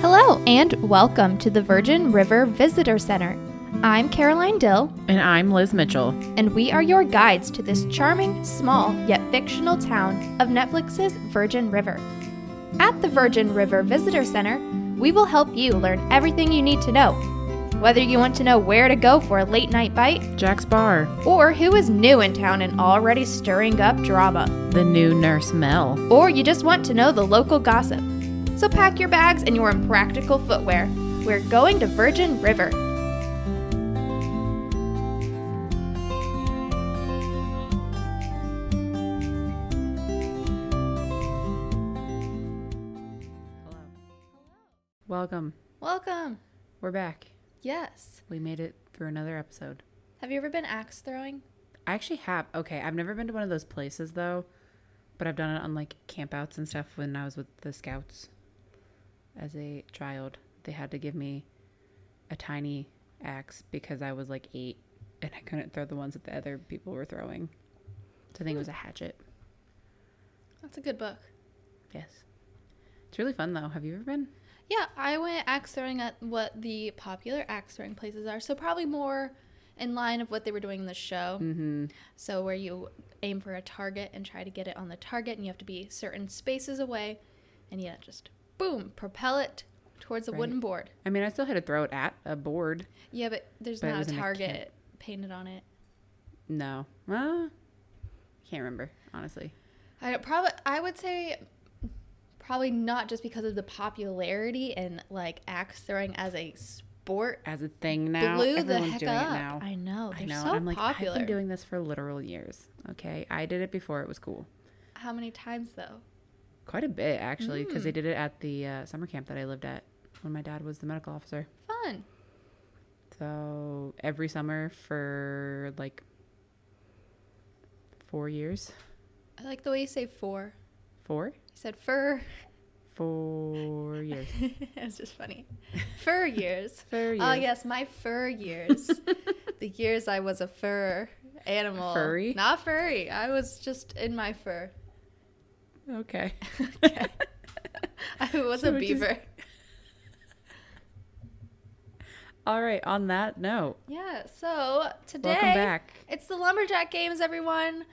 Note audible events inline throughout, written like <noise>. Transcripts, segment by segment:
Hello and welcome to the Virgin River Visitor Center. I'm Caroline Dill, And I'm Liz Mitchell. and we are your guides to this charming, small, yet fictional town of Netflix's Virgin River. At the Virgin River Visitor Center, we will help you learn everything you need to know. Whether you want to know where to go for a late night bite, Jack's Bar, or who is new in town and already stirring up drama, the new nurse Mel. or you just want to know the local gossip. So pack your bags and your impractical footwear. We're going to Virgin River. Welcome. Welcome. We're back. Yes. We made it through another episode. Have you ever been axe throwing? I actually have. Okay, I've never been to one of those places though, but I've done it on like campouts and stuff when I was with the scouts as a child. They had to give me a tiny axe because I was like eight and I couldn't throw the ones that the other people were throwing. So I think it was a hatchet. That's a good book. Yes. It's really fun though. Have you ever been? Yeah, I went axe throwing at what the popular axe throwing places are, so probably more in line of what they were doing in the show. Mm. Mm-hmm. So where you aim for a target and try to get it on the target, and you have to be certain spaces away, and yeah, just boom, propel it towards a Right. wooden board. I mean, I still had to throw it at a board. Yeah, but there's But it not was a in a target painted on it. No. Well, can't remember, honestly. I don't, probably I would say probably not just because of the popularity and like axe throwing as a sport As a thing now, blew the everyone's heck doing up. it now. I know. They're I know. so and I'm like, popular. I've been doing this for literal years. Okay. I did it before it was cool. How many times though? Quite a bit, actually, because Mm. they did it at the uh, summer camp that I lived at when my dad was the medical officer. Fun. So every summer for like four years. I like the way you say four. Four? You said fur. <laughs> Four years. it's just funny. <laughs> Fur years. Fur years. Oh yes, my fur <laughs> years. the years I was a fur animal. Furry? Not furry. I was just in my fur. <laughs> Okay. Okay. I was So a it just- beaver. All right. On that note, Yeah. So today welcome back. it's the lumberjack games, everyone.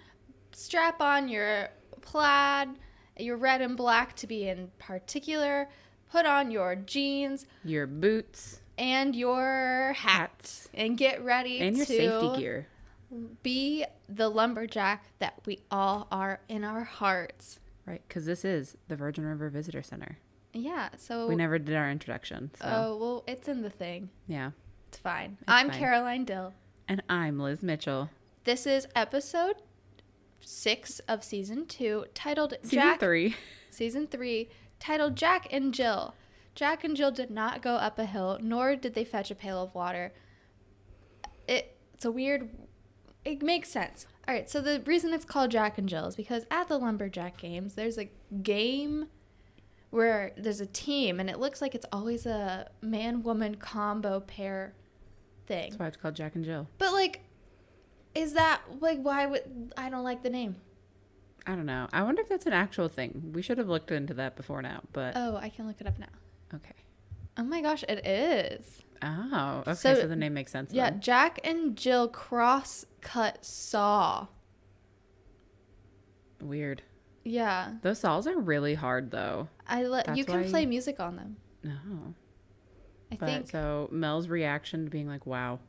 Strap on your plaid, your red and black to be in particular. Put on your jeans Your boots, and your hat. hats, and get ready and your to safety gear. be the lumberjack that we all are in our hearts. Right, because this is the Virgin River Visitor Center. Yeah, so We never did our introduction, so Oh, well, it's in the thing. yeah. It's fine. I'm fine. Caroline Dill. And I'm Liz Mitchell. This is episode 6 of season 2 titled Season Jack three. season 3 titled Jack and Jill. Jack and Jill did not go up a hill nor did they fetch a pail of water. It it's a weird it makes sense. All right, so the reason it's called Jack and Jill is because at the Lumberjack games there's a game where there's a team and it looks like it's always a man woman combo pair thing. That's why it's called Jack and Jill. But like is that like why would I don't like the name? I don't know. I wonder if that's an actual thing. We should have looked into that before now, but Oh, I can look it up now. okay. Oh my gosh, it is. Oh, okay. So, So- the name makes sense. Yeah, then. Jack and Jill cross cut saw. Weird. Yeah, Those saws are really hard, though. I let you That's can why- play music on them. No. I But think so Mel's reaction to being like, wow,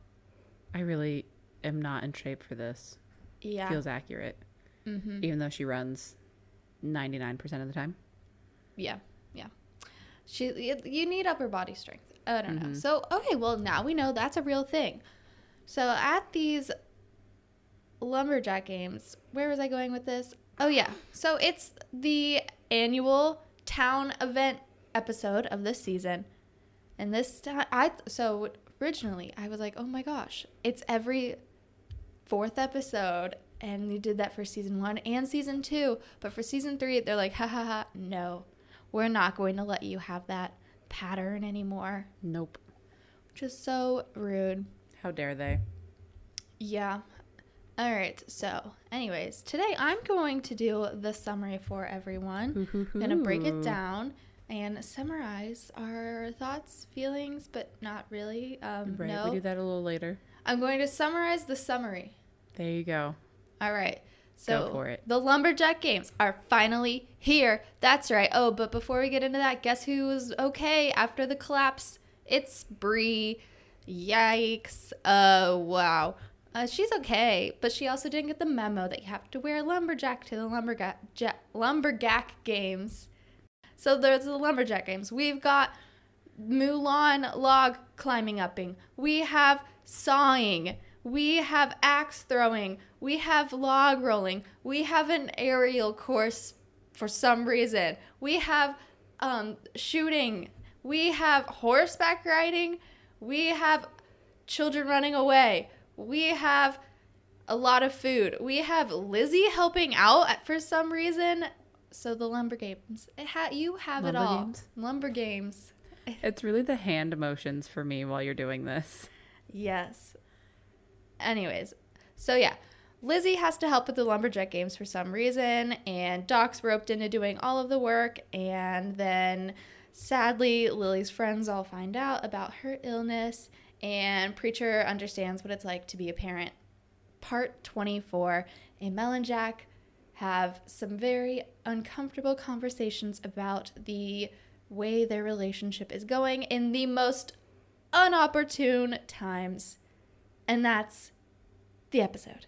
I really am not in shape for this yeah, feels accurate, hmm even though she runs 99% of the time. yeah, yeah. She you- you need upper body strength. I don't know. Mhm. So okay, well now we know that's a real thing. So at these lumberjack games, where was I going with this? Oh yeah, so it's the annual town event episode of this season. And this time, I so originally I was like, oh my gosh, it's every fourth episode, and you did that for season one and season two. But for season three, they're like, ha ha ha, no, we're not going to let you have that pattern anymore, Nope. which is so rude. How dare they? Yeah. All right. So, anyways, today I'm going to do the summary for everyone. I'm gonna break it down. and summarize our thoughts, feelings, but not really. Um, Right. No, We do that a little later. I'm going to summarize the summary. There you go. All right. So for it. the Lumberjack Games are finally here. That's right. Oh, but before we get into that, guess who was okay after the collapse? It's Bree. Yikes. Uh, wow. Uh, she's okay, but she also didn't get the memo that you have to wear a lumberjack to the lumberjack ja- lumberjack games. So there's the lumberjack games. We've got Mulan log climbing upping. We have sawing. We have axe throwing. We have log rolling. We have an aerial course for some reason. We have um, shooting. We have horseback riding. We have children running away. We have a lot of food. We have Lizzie helping out at- for some reason. So the lumber games. It ha- you have it Lumber all. games. Lumber games. It's really the hand motions for me while you're doing this. Yes. Anyways, so yeah, Lizzie has to help with the lumberjack games for some reason, and Doc's roped into doing all of the work, and then sadly, Lily's friends all find out about her illness, and Preacher understands what it's like to be a parent. Part 24 Amel and Jack have some very uncomfortable conversations about the way their relationship is going in the most unopportune times. And that's the episode.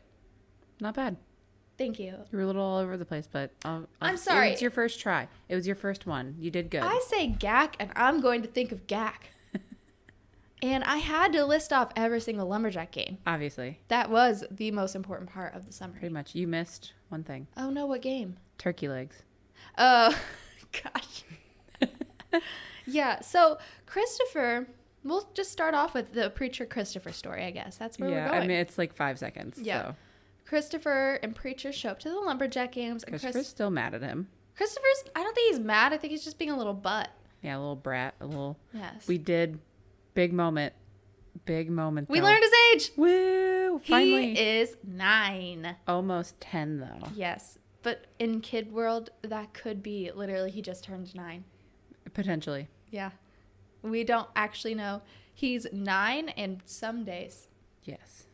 Not bad. Thank you. You were a little all over the place, but I'll, I'll, I'm sorry. It's your first try. It was your first one. You did good. I say gack, and I'm going to think of gack. <laughs> and I had to list off every single lumberjack game. Obviously, That was the most important part of the pretty summary. much. You missed one thing: Oh no, what game? turkey legs. Oh, <laughs> gosh. <laughs> yeah, so Christopher, we'll just start off with the preacher Christopher story, I guess. That's where yeah, we're going. I mean it's like five seconds. Yeah. so. Christopher and preacher show up to the lumberjack games, and Christopher's Chris- still mad at him. Christopher's. I don't think he's mad. I think he's just being a little butt. Yeah, a little brat, a little. Yes. We did big moment, big moment. We though. learned his age. Woo! Finally, He is nine. almost ten though. Yes. But in kid world, that could be literally he just turned nine. Potentially, Yeah. We don't actually know. He's nine and some days. yes.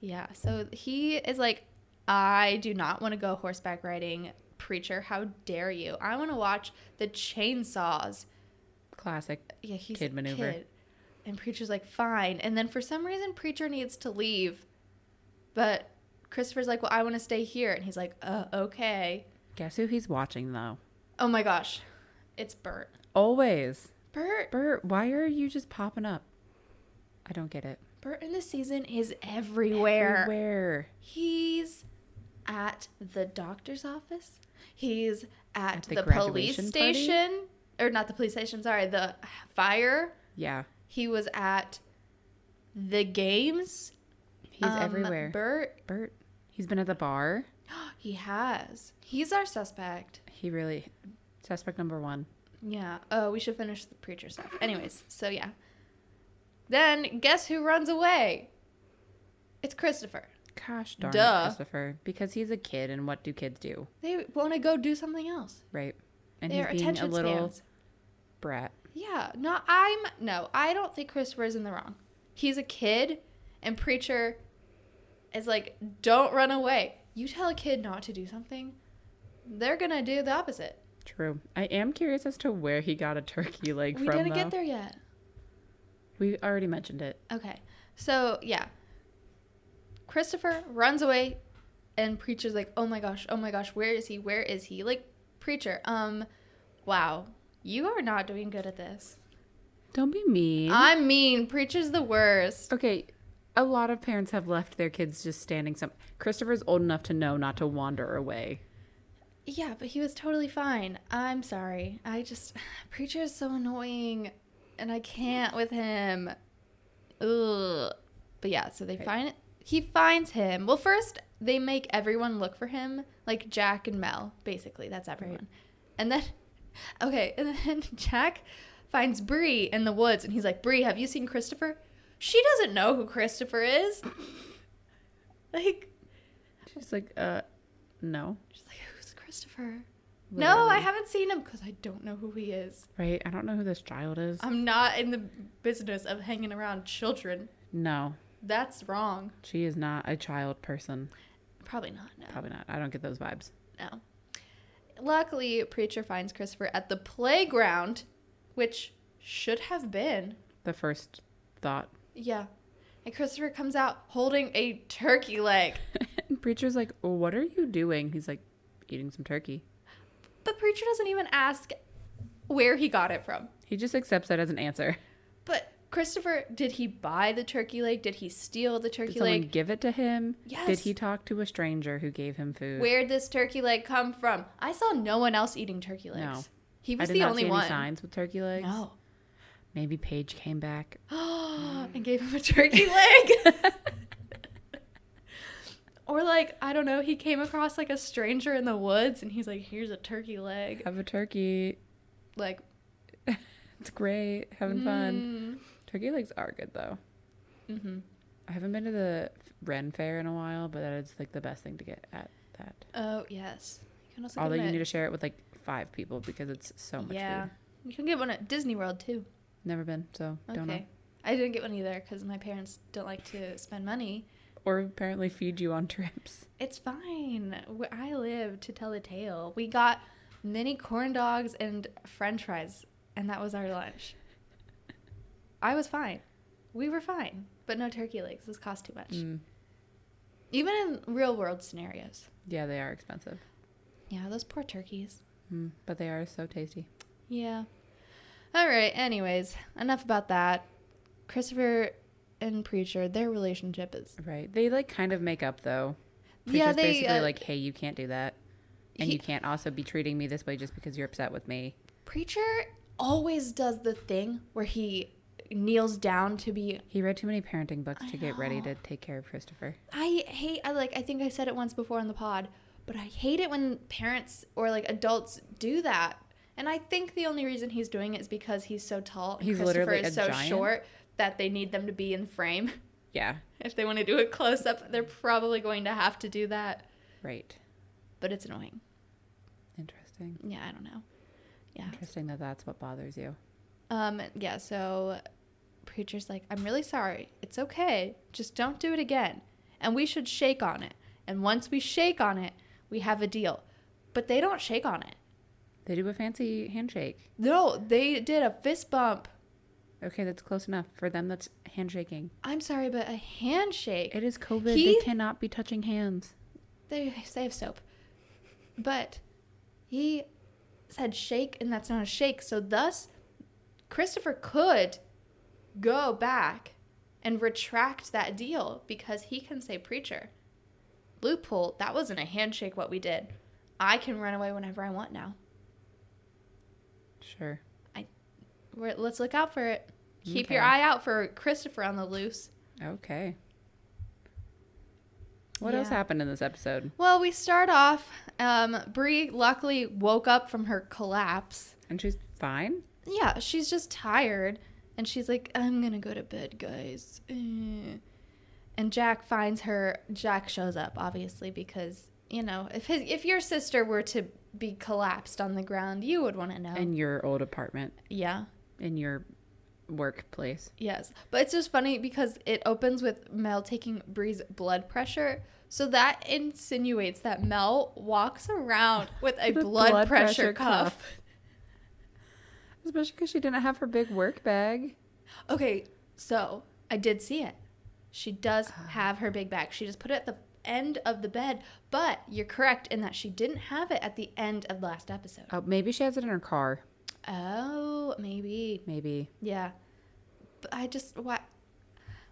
Yeah. So he is like, I do not want to go horseback riding. Preacher, how dare you? I want to watch the chainsaws. Classic. Yeah, he's Kid a maneuver. kid. And Preacher's like, fine. And then for some reason, Preacher needs to leave. But Christopher's like, well, I want to stay here. And he's like, uh, okay. Guess who he's watching though? Oh my gosh. It's Bert. Always. Bert. Bert, why are you just popping up? I don't get it. Bert in this season is everywhere. Where? He's at the doctor's office. He's at, At the the, police graduation party? station. Or not the police station, sorry, the fire. Yeah, He was at the games. he's Um, everywhere. Bert Bert, he's been at the bar. <gasps> He has. He's our suspect. He really suspect number one. Yeah. Oh, we should finish the preacher stuff. Anyways, so yeah. Then guess who runs away? It's Christopher. Gosh darn Duh. it, Christopher, because he's a kid, and what do kids do, They want to go do something else. right? And Their he's being a attention little spans. brat. Yeah. No, I'm no. I don't think Christopher's in the wrong. He's a kid, and preacher is like, don't run away. You tell a kid not to do something, they're gonna do the opposite. True. I am curious as to where he got a turkey leg We from. didn't though. get there yet. We already mentioned it. Okay. So, yeah. Christopher runs away and Preacher's like, "Oh my gosh. Oh my gosh. Where is he? Where is he?" Like, Preacher, um wow. You are not doing good at this. Don't be mean. I mean, Preacher's the worst. okay, a lot of parents have left their kids just standing. Some Christopher's old enough to know not to wander away. Yeah, but he was totally fine. I'm sorry. I just <sighs> Preacher is so annoying and I can't with him. Ugh. But yeah, so they find he finds him. Well, first they make everyone look for him, like Jack and Mel, basically. That's everyone. And then <laughs> okay, and then <laughs> Jack finds Bree in the woods and he's like, "Bree, have you seen Christopher?" She doesn't know who Christopher is. <coughs> like She's like, uh, no. She's like, who's Christopher? No, I Literally. haven't seen him because I don't know who he is. Right? I don't know who this child is. I'm not in the business of hanging around children. no, That's wrong. she is not a child person. Probably not. No. Probably not. I don't get those vibes. No. Luckily, Preacher finds Christopher at the playground, which should have been. The first thought. <laughs> Yeah. And Christopher comes out holding a turkey leg. And Preacher's like, What are you doing? He's like, Eating some turkey. But Preacher doesn't even ask where he got it from. He just accepts that as an answer. But Christopher, did he buy the turkey leg? Did he steal the turkey Did someone leg? give it to him? Did Yes. he talk to a stranger who gave him food? Where'd this turkey leg come from? I saw no one else eating turkey legs. No. He I was did the not only see one. any signs with turkey legs. No. Maybe Paige came back. <gasps> and gave him a <laughs> turkey leg. or like, I don't know, he came across like a stranger in the woods and he's like, "Here's a turkey leg." Have a turkey. Like, It's great. Having fun. Mm. Turkey legs are good though. Mm-hmm. I haven't been to the Ren Fair in a while, but that is like the best thing to get at that. Oh, yes. You can also Although get you one need to at, share it with like five people because it's so much Yeah. food. You can get one at Disney World too. Never been, so Okay. don't know. I didn't get one either cuz my parents don't like to spend money. Or apparently feed you on <laughs> trips. It's fine. Wh- I live to tell the tale. We got mini corn dogs and french fries, and that was our lunch. I was fine. We were fine, but no turkey legs. This cost too much. Mm. Even in real world scenarios. Yeah, they are expensive, Yeah, those poor turkeys. mm. but they are so tasty. Yeah. All right, anyways, enough about that. Christopher and Preacher, their relationship is. Right? They like kind of make up though. Preacher's yeah, they. basically uh, like, hey, you can't do that, and he- you can't also be treating me this way just because you're upset with me. Preacher always does the thing where he kneels down to be He read too many parenting books I to get ready know. to take care of Christopher. I hate I like I think I said it once before on the pod, but I hate it when parents or like adults do that. And I think the only reason he's doing it is because he's so tall and He's Christopher literally is a so giant. short that they need them to be in frame. <laughs> Yeah, If they want to do a close up, they're probably going to have to do that. right. But it's annoying. Interesting. Yeah, I don't know. Yeah. Interesting that that's what bothers you. Um yeah, so preacher's like, "I'm really sorry. It's okay. Just don't do it again." And we should shake on it. And once we shake on it, we have a deal. But they don't shake on it. They do a fancy handshake. No, they did a fist bump. Okay, that's close enough for them. That's handshaking. I'm sorry, but a handshake. It is COVID. He- They cannot be touching hands. They they have soap. But he said shake, and that's not a shake. So thus, Christopher could go back and retract that deal because he can say preacher. Loophole, that wasn't a handshake what we did. I can run away whenever I want now. Sure. We're, let's look out for it. Keep your Okay. eye out for Christopher on the loose. Okay. What else Yeah. happened in this episode? Well, we start off. Um, Brie luckily woke up from her collapse. And she's fine. Yeah, she's just tired, and she's like, "I'm gonna go to bed, guys." Eh. And Jack finds her. Jack shows up, obviously, because you know, if his, if your sister were to be collapsed on the ground, you would want to know. In your old apartment, yeah. in your workplace. Yes. But it's just funny because it opens with Mel taking Bree's blood pressure. So that insinuates that Mel walks around with a With a blood, blood pressure, pressure cuff. Especially because she didn't have her big work bag. Okay, so I did see it. She does Ah. have her big bag. She just put it at the end of the bed, but you're correct in that she didn't have it at the end of last episode. Oh, maybe she has it in her car. Oh, maybe. Maybe. Yeah. But I just why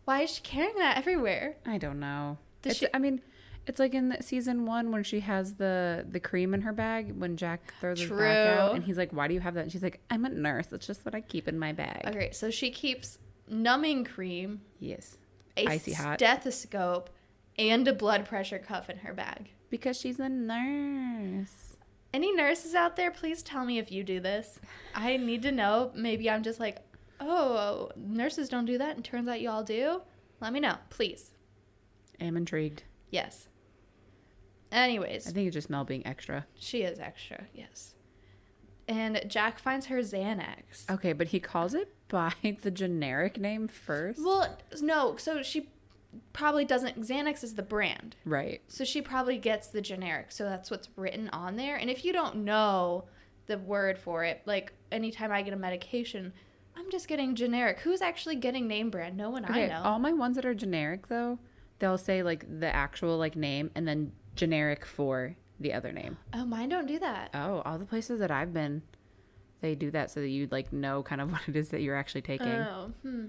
why is she carrying that everywhere? I don't know. Does It's, she- I mean, it's like in the season one when she has the the cream in her bag when Jack throws his back out True. and he's like, "Why do you have that?" And she's like, "I'm a nurse. That's just what I keep in my bag." Okay, so she keeps numbing cream, Yes, a Icy hot. stethoscope, and a blood pressure cuff in her bag. because she's a nurse. Any nurses out there, please tell me if you do this. I need to know. Maybe I'm just like, oh, nurses don't do that, and turns out you all do. Let me know, please. I'm intrigued. Yes. I Anyways, think it's just Mel being extra. she is extra, yes. And Jack finds her Xanax. Okay, but he calls it by <laughs> the generic name first. Well, no, so she probably doesn't. Xanax is the brand. right. So she probably gets the generic. So that's what's written on there. And if you don't know the word for it, like anytime I get a medication, I'm just getting generic. Who's actually getting name brand? No one Okay, I know. all my ones that are generic though, they'll say like the actual like name and then generic for the other name. oh, mine don't do that. Oh, all the places that I've been, they do that so that you like know kind of <laughs> what it is that you're actually taking. Oh, hmm.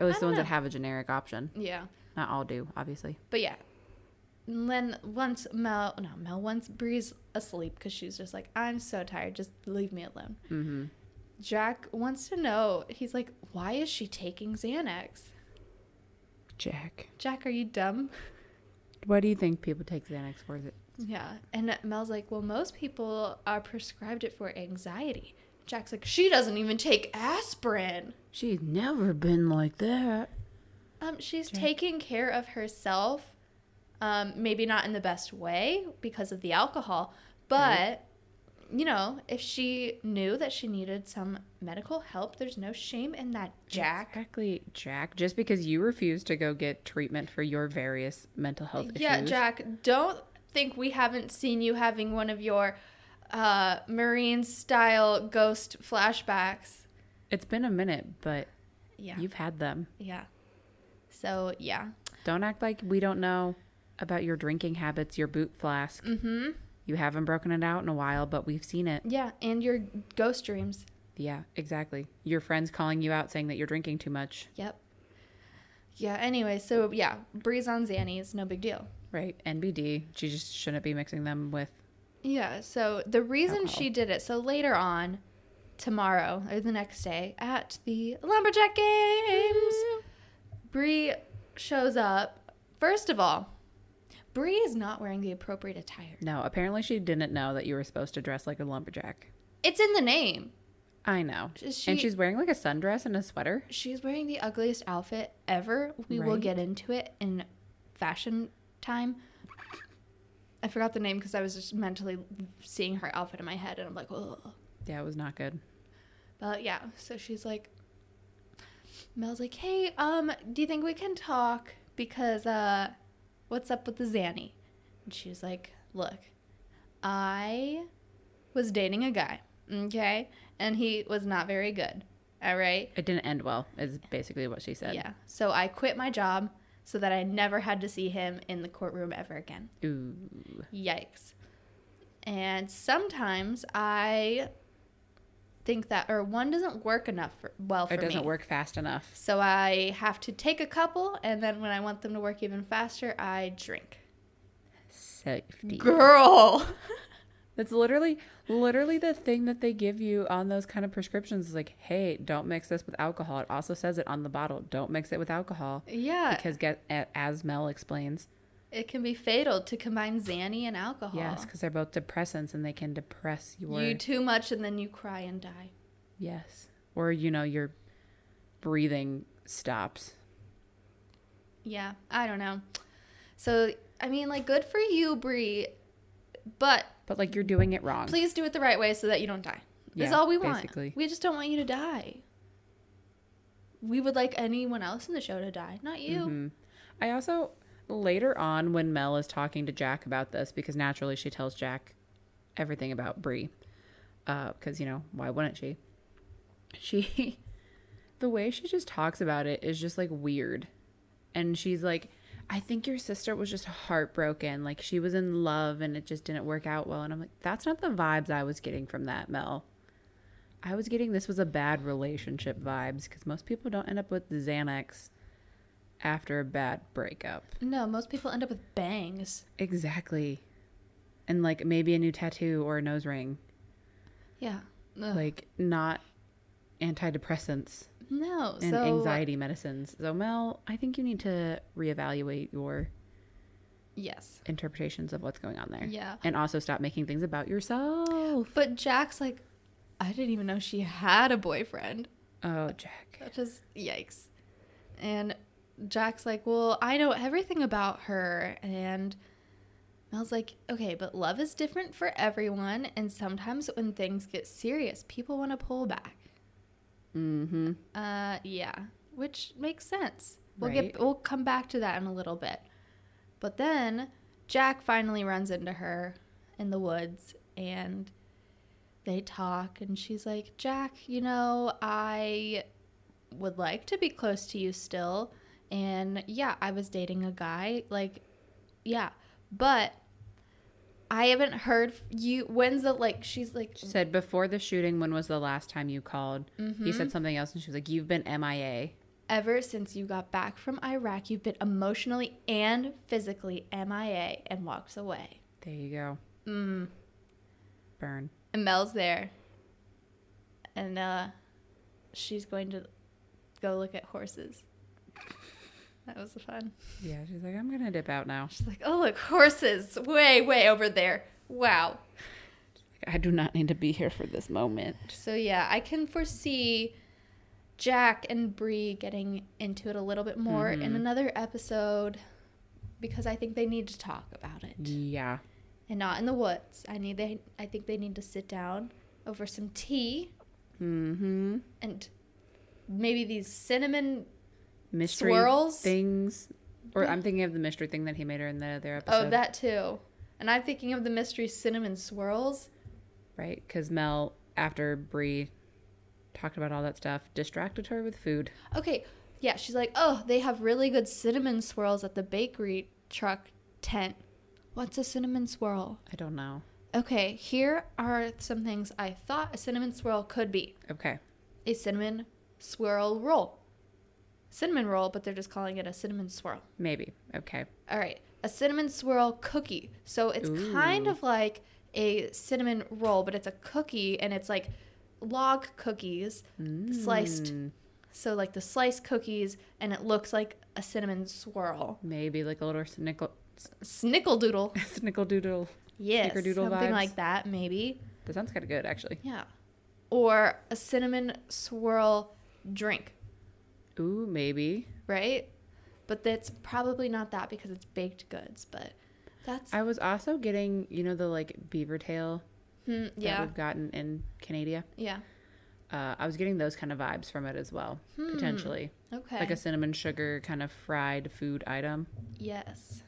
At least I the don't ones know. that have a generic option. Yeah. Not all do, obviously. But yeah. And then once Mel, no, Mel once Bree's asleep because she's just like, I'm so tired. Just leave me alone. Mm-hmm. Jack wants to know. He's like, why is she taking Xanax? Jack, Jack, are you dumb? what do you think people take Xanax for? Is it Yeah. And Mel's like, well, most people are prescribed it for anxiety. Jack's like, she doesn't even take aspirin. She's never been like that. Um, she's taking care of herself. Um, maybe not in the best way because of the alcohol, but you know, if she knew that she needed some medical help, there's no shame in that, Jack. Exactly, Jack. Just because you refuse to go get treatment for your various mental health issues. Yeah, Jack, don't think we haven't seen you having one of your uh, Marine style ghost flashbacks. It's been a minute, but Yeah. you've had them. Yeah. So yeah. Don't act like we don't know about your drinking habits, your boot flask. Mm-hmm. You haven't broken it out in a while, but we've seen it. Yeah, and your ghost dreams. Yeah, exactly. Your friends calling you out saying that you're drinking too much, Yep. Yeah. Anyway, so yeah, breeze on Xannies, no big deal. right? NBD. She just shouldn't be mixing them with. Yeah. So the reason Alcohol. she did it. So later on, tomorrow or the next day at the lumberjack games, Bree shows up. First of all, Bree is not wearing the appropriate attire. No, apparently she didn't know that you were supposed to dress like a lumberjack. It's in the name. I know. Is and she- she's wearing like a sundress and a sweater. She's wearing the ugliest outfit ever. We will Right. get into it in fashion time. I forgot the name because I was just mentally seeing her outfit in my head and I'm like, oh. Yeah, it was not good. But yeah, so she's like, Mel's like, hey, um, do you think we can talk? Because, uh, what's up with the Zanny? And she's like, look, I was dating a guy, okay? And he was not very good, all right? It didn't end well, is basically what she said. Yeah. So I quit my job so that I never had to see him in the courtroom ever again. Ooh. Yikes. And sometimes I think that, or one doesn't work enough for, well for It doesn't me. work fast enough. So I have to take a couple, and then when I want them to work even faster, I drink. Safety. Girl. <laughs> That's literally, literally the thing that they give you on those kind of prescriptions. Is like, hey, don't mix this with alcohol. It also says it on the bottle. Don't mix it with alcohol Yeah. because, get, a- as Mel explains, it can be fatal to combine Xanny and alcohol. yes, because they're both depressants and they can depress your You too much, and then you cry and die. yes, or you know your breathing stops. Yeah, I don't know. So I mean, like, good for you, Bree, but But like you're doing it wrong. please do it the right way so that you don't die. That's Yeah, all we want. basically. We just don't want you to die. We would like anyone else in the show to die, not you. Mhm. I also later on when Mel is talking to Jack about this because naturally she tells Jack everything about Bree because you know why wouldn't she? She <laughs> the way she just talks about it is just like weird, and she's like. I think your sister was just heartbroken. Like she was in love and it just didn't work out well. And I'm like, that's not the vibes I was getting from that, Mel. I was getting this was a bad relationship vibes because most people don't end up with Xanax after a bad breakup. No, most people end up with bangs. Exactly. And like maybe a new tattoo or a nose ring. Yeah. Ugh. Like not antidepressants no. and so anxiety medicines. So Mel, I think you need to reevaluate your Yes. interpretations of what's going on there. Yeah. And also stop making things about yourself. But Jack's like, I didn't even know she had a boyfriend. Oh, Jack. That just yikes. And Jack's like, Well, I know everything about her. And And I was like, okay, but love is different for everyone. And sometimes when things get serious, people want to pull back. Mm-hmm. Uh, yeah, which makes sense. We'll Right. get we'll come back to that in a little bit. But then Jack finally runs into her in the woods and they talk and she's like, "Jack, you know, I would like to be close to you still." And yeah, I was dating a guy like yeah, but I haven't heard f- you when's the like she's like She said before the shooting, when was the last time you called? mm-hmm. He Hmm? said something else, and she was like, "You've been MIA." Ever since you got back from Iraq, you've been emotionally and physically MIA and walks away. There you go. Mm. Burn. And Mel's there. And uh, she's going to go look at horses. That was fun. Yeah, she's like, "I'm gonna dip out now. She's like, oh, look, horses way, way over there. Wow. I do not need to be here for this moment." So, yeah, I can foresee Jack and Bree getting into it a little bit more in another episode because I think they need to talk about it. Yeah. and not in the woods. I need they I think they need to sit down over some tea Mm-hmm. and maybe these cinnamon Mystery Swirls? things, or I'm thinking of the mystery thing that he made her in the other episode. oh that too. And I'm thinking of the mystery cinnamon swirls. right? Because Mel, after Bree talked about all that stuff, distracted her with food. Okay, yeah, she's like, "Oh, they have really good cinnamon swirls at the bakery truck tent." What's a cinnamon swirl? I don't know. Okay, here are some things I thought a cinnamon swirl could be. Okay. A cinnamon swirl roll. Cinnamon roll, but they're just calling it a cinnamon swirl. Maybe. Okay. All right, a cinnamon swirl cookie. So it's kind Ooh. of like a cinnamon roll, but it's a cookie and it's like log cookies sliced. Mm, So like the sliced cookies and it looks like a cinnamon swirl. Maybe like a little snickle, <laughs> Snickeldoodle. doodle. snickle doodle. Yes. Snickerdoodle something vibes. like that maybe. That sounds kind of good, actually. Yeah. Or a cinnamon swirl drink, Ooh, maybe. right? But that's probably not that because it's baked goods, but that's I was also getting, you know, the like beaver tail Hmm, that yeah. we've gotten in Canada. Yeah. Uh, I was getting those kind of vibes from it as well, potentially. Hmm, Okay. Like a cinnamon sugar kind of fried food item. Yes.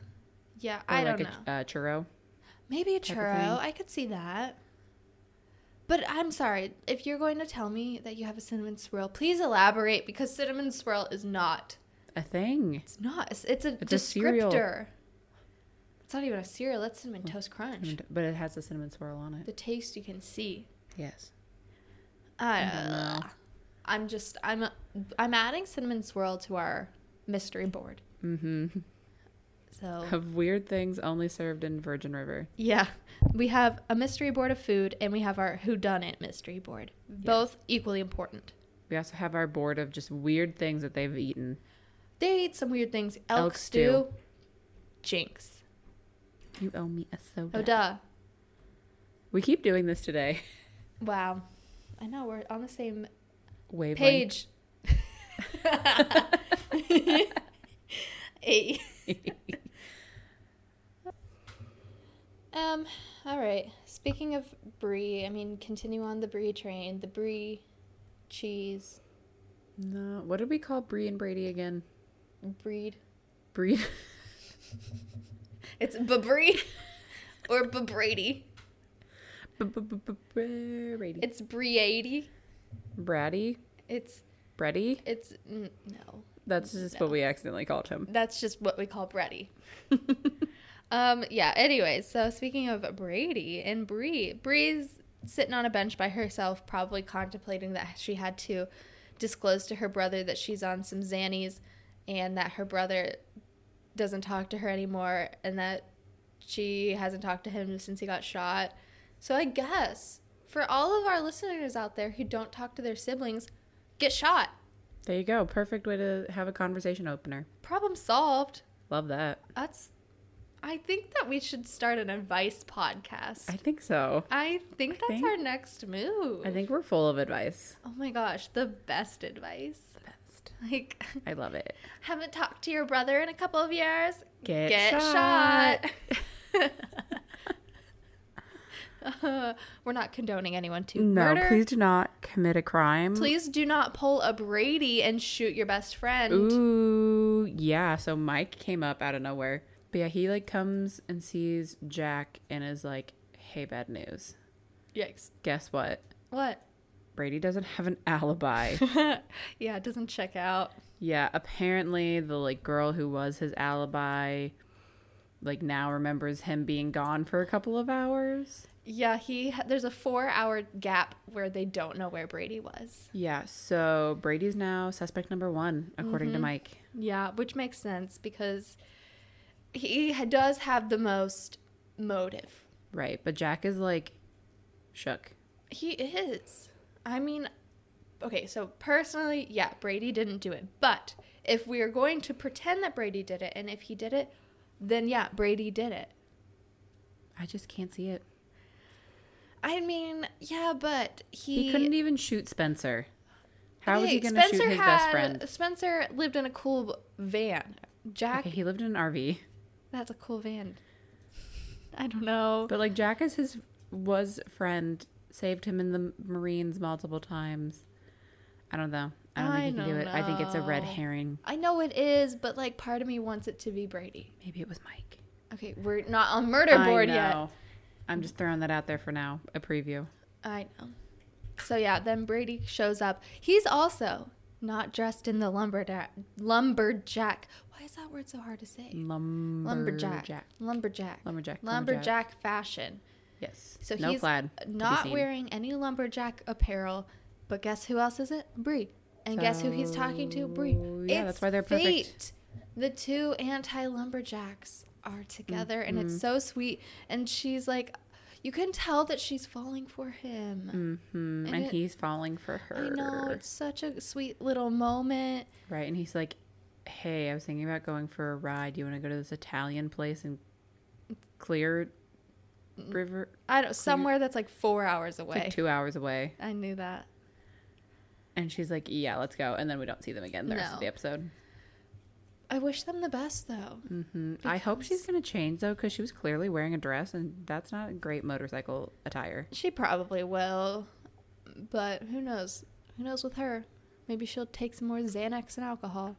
Yeah, Or I like don't know. a uh, churro. Maybe a type of churro. thing. I could see that. But I'm sorry, if you're going to tell me that you have a cinnamon swirl, please elaborate because cinnamon swirl is not. A thing. It's not. It's, it's a It's a cereal. descriptor. it's not even a cereal. That's cinnamon toast crunch. But it has a cinnamon swirl on it. The taste you can see. Yes. Uh, I'm just I'm I'm adding cinnamon swirl to our mystery board. Mm-hmm. So <laughs> Of weird things only served in Virgin River. Yeah. We have a mystery board of food and we have our who done it mystery board. Both equally important. We also have our board of just weird things that they've eaten. They eat some weird things. Elk, Elk stew. Jinx. You owe me a soda. Oh duh. We keep doing this today. Wow. I know we're on the same <laughs> Wavelength. page. Eight. um, all right. Speaking of brie, I mean continue on the brie train. The brie cheese No. What did we call Bree and Brady again? breed. Bree. <laughs> It's Babri <laughs> or Babrady. Brady. It's Briady. Braddy. It's Breddy. it's n- no. That's just what we accidentally called him. That's just what we call Brady. um yeah, anyways, so speaking of Brady and Bree, Bree's sitting on a bench by herself probably contemplating that she had to disclose to her brother that she's on some Xannies and that her brother doesn't talk to her anymore and that she hasn't talked to him since he got shot. So I guess for all of our listeners out there who don't talk to their siblings, get shot. There you go. Perfect way to have a conversation opener. Problem solved. Love that. That's I think that we should start an advice podcast. I I, think so. think that's think- our next move. I think we're full of advice. oh my gosh, the best advice. The best. Like <laughs> I love it. haven't talked to your brother in a couple of years. Get, Get shot. shot. <laughs> Uh, <laughs> we're not condoning anyone to No, murder. please do not commit a crime. Please do not pull a Brady and shoot your best friend. Ooh, yeah. So Mike came up out of nowhere. But yeah, he like comes and sees Jack and is like, hey, bad news. Yikes. Guess what? What? <laughs> Brady doesn't have an <laughs> alibi. yeah, it doesn't check out. yeah, apparently the like girl who was his alibi like now remembers him being gone for a couple of hours. Yeah, he there's a 4-hour gap where they don't know where Brady was. Yeah, so Brady's now suspect number 1 according Mm-hmm. to Mike. Yeah, which makes sense because he ha- does have the most motive. Right, but Jack is like shook. He is. I mean, okay, so personally, yeah, Brady didn't do it. But if we are going to pretend that Brady did it and if he did it, then yeah, Brady did it. I just can't see it. I mean, yeah, but he, He, couldn't even shoot Spencer. How was Okay, he going to shoot his best had- friend? Spencer lived in a cool van. Jack, Okay, he lived in an RV. that's a cool van. I don't know. But like Jack is his was friend, saved him in the Marines multiple times. I don't know. I don't I think he can do don't it. I think it's a red know. herring. I know it is, but like part of me wants it to be Brady. Maybe it was Mike. Okay, we're not on murder board yet. I'm just throwing that out there for now, a preview. I know. So yeah, then Brady shows up. He's also not dressed in the lumberjack. Lumberjack. Why is that word so hard to say? Lumberjack. Lumberjack. Lumberjack. Lumberjack, Lumberjack fashion. Yes. So no he's plaid. to be not seen. wearing any lumberjack apparel. But guess who else is it? Bree. And guess who he's talking to? Bree. So, yeah, that's why they're perfect. The two anti lumberjacks are together, and Mm-hmm. it's so sweet. And she's like, you can tell that she's falling for him. Hmm, And and it- he's falling for her. I know it's such a sweet little moment. Right, and he's like, "Hey, I was thinking about going for a ride. You want to go to this Italian place in Clear Mm, River? I don't somewhere that's like four hours It's away. like two hours away." I knew that. And she's like, "Yeah, let's go." And then we don't see them again the rest No. of the episode. I wish them the best though. hmm I hope she's gonna change though, because she was clearly wearing a dress, and that's not a great motorcycle attire. She probably will, but who knows? Who knows with her? Maybe she'll take some more Xanax and alcohol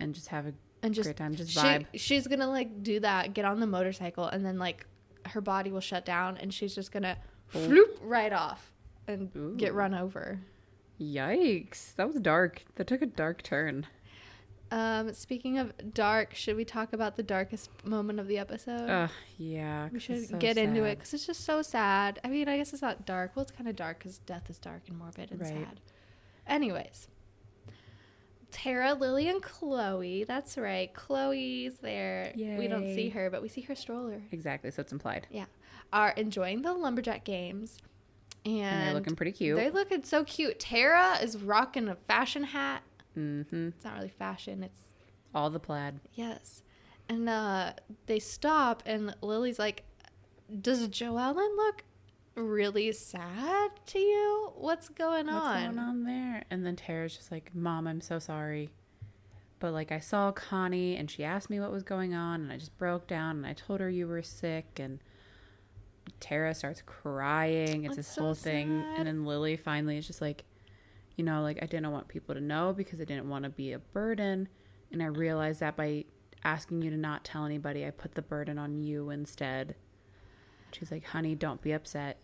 And just have a and just great time, just she- vibe. she's gonna like do that, get on the motorcycle, and then like her body will shut down, and she's just gonna floop right off and get Ooh. run over. Yikes, that was dark. That took a dark turn. Um, speaking of dark, should we talk about the darkest moment of the episode? Ugh, yeah. We 'cause it's should so get into it sad. because it's just so sad. I mean, I guess it's not dark. Well, it's kind of dark because death is dark and morbid and Right. sad. Anyways, Tara, Lily, and Chloe. That's right. Chloe's there. We don't see Yay. her, but we see her stroller. Exactly, so it's implied. Yeah. Are enjoying the lumberjack games. And, And, they're looking pretty cute. They're looking so cute. Tara is rocking a fashion hat. hmm It's not really fashion, it's All the plaid. Yes. And uh, they stop, and Lily's like, Does Joellen look really sad to you? What's going What's on? going on there? And then Tara's just like, Mom, I'm so sorry. But like, I saw Connie and she asked me what was going on, and I just broke down and I told her you were sick. And Tara starts crying. It's That's this so whole thing. sad. And then Lily finally is just like, You know, like, I didn't want people to know because I didn't want to be a burden. And I realized that by asking you to not tell anybody, I put the burden on you instead. She's like, honey, don't be upset.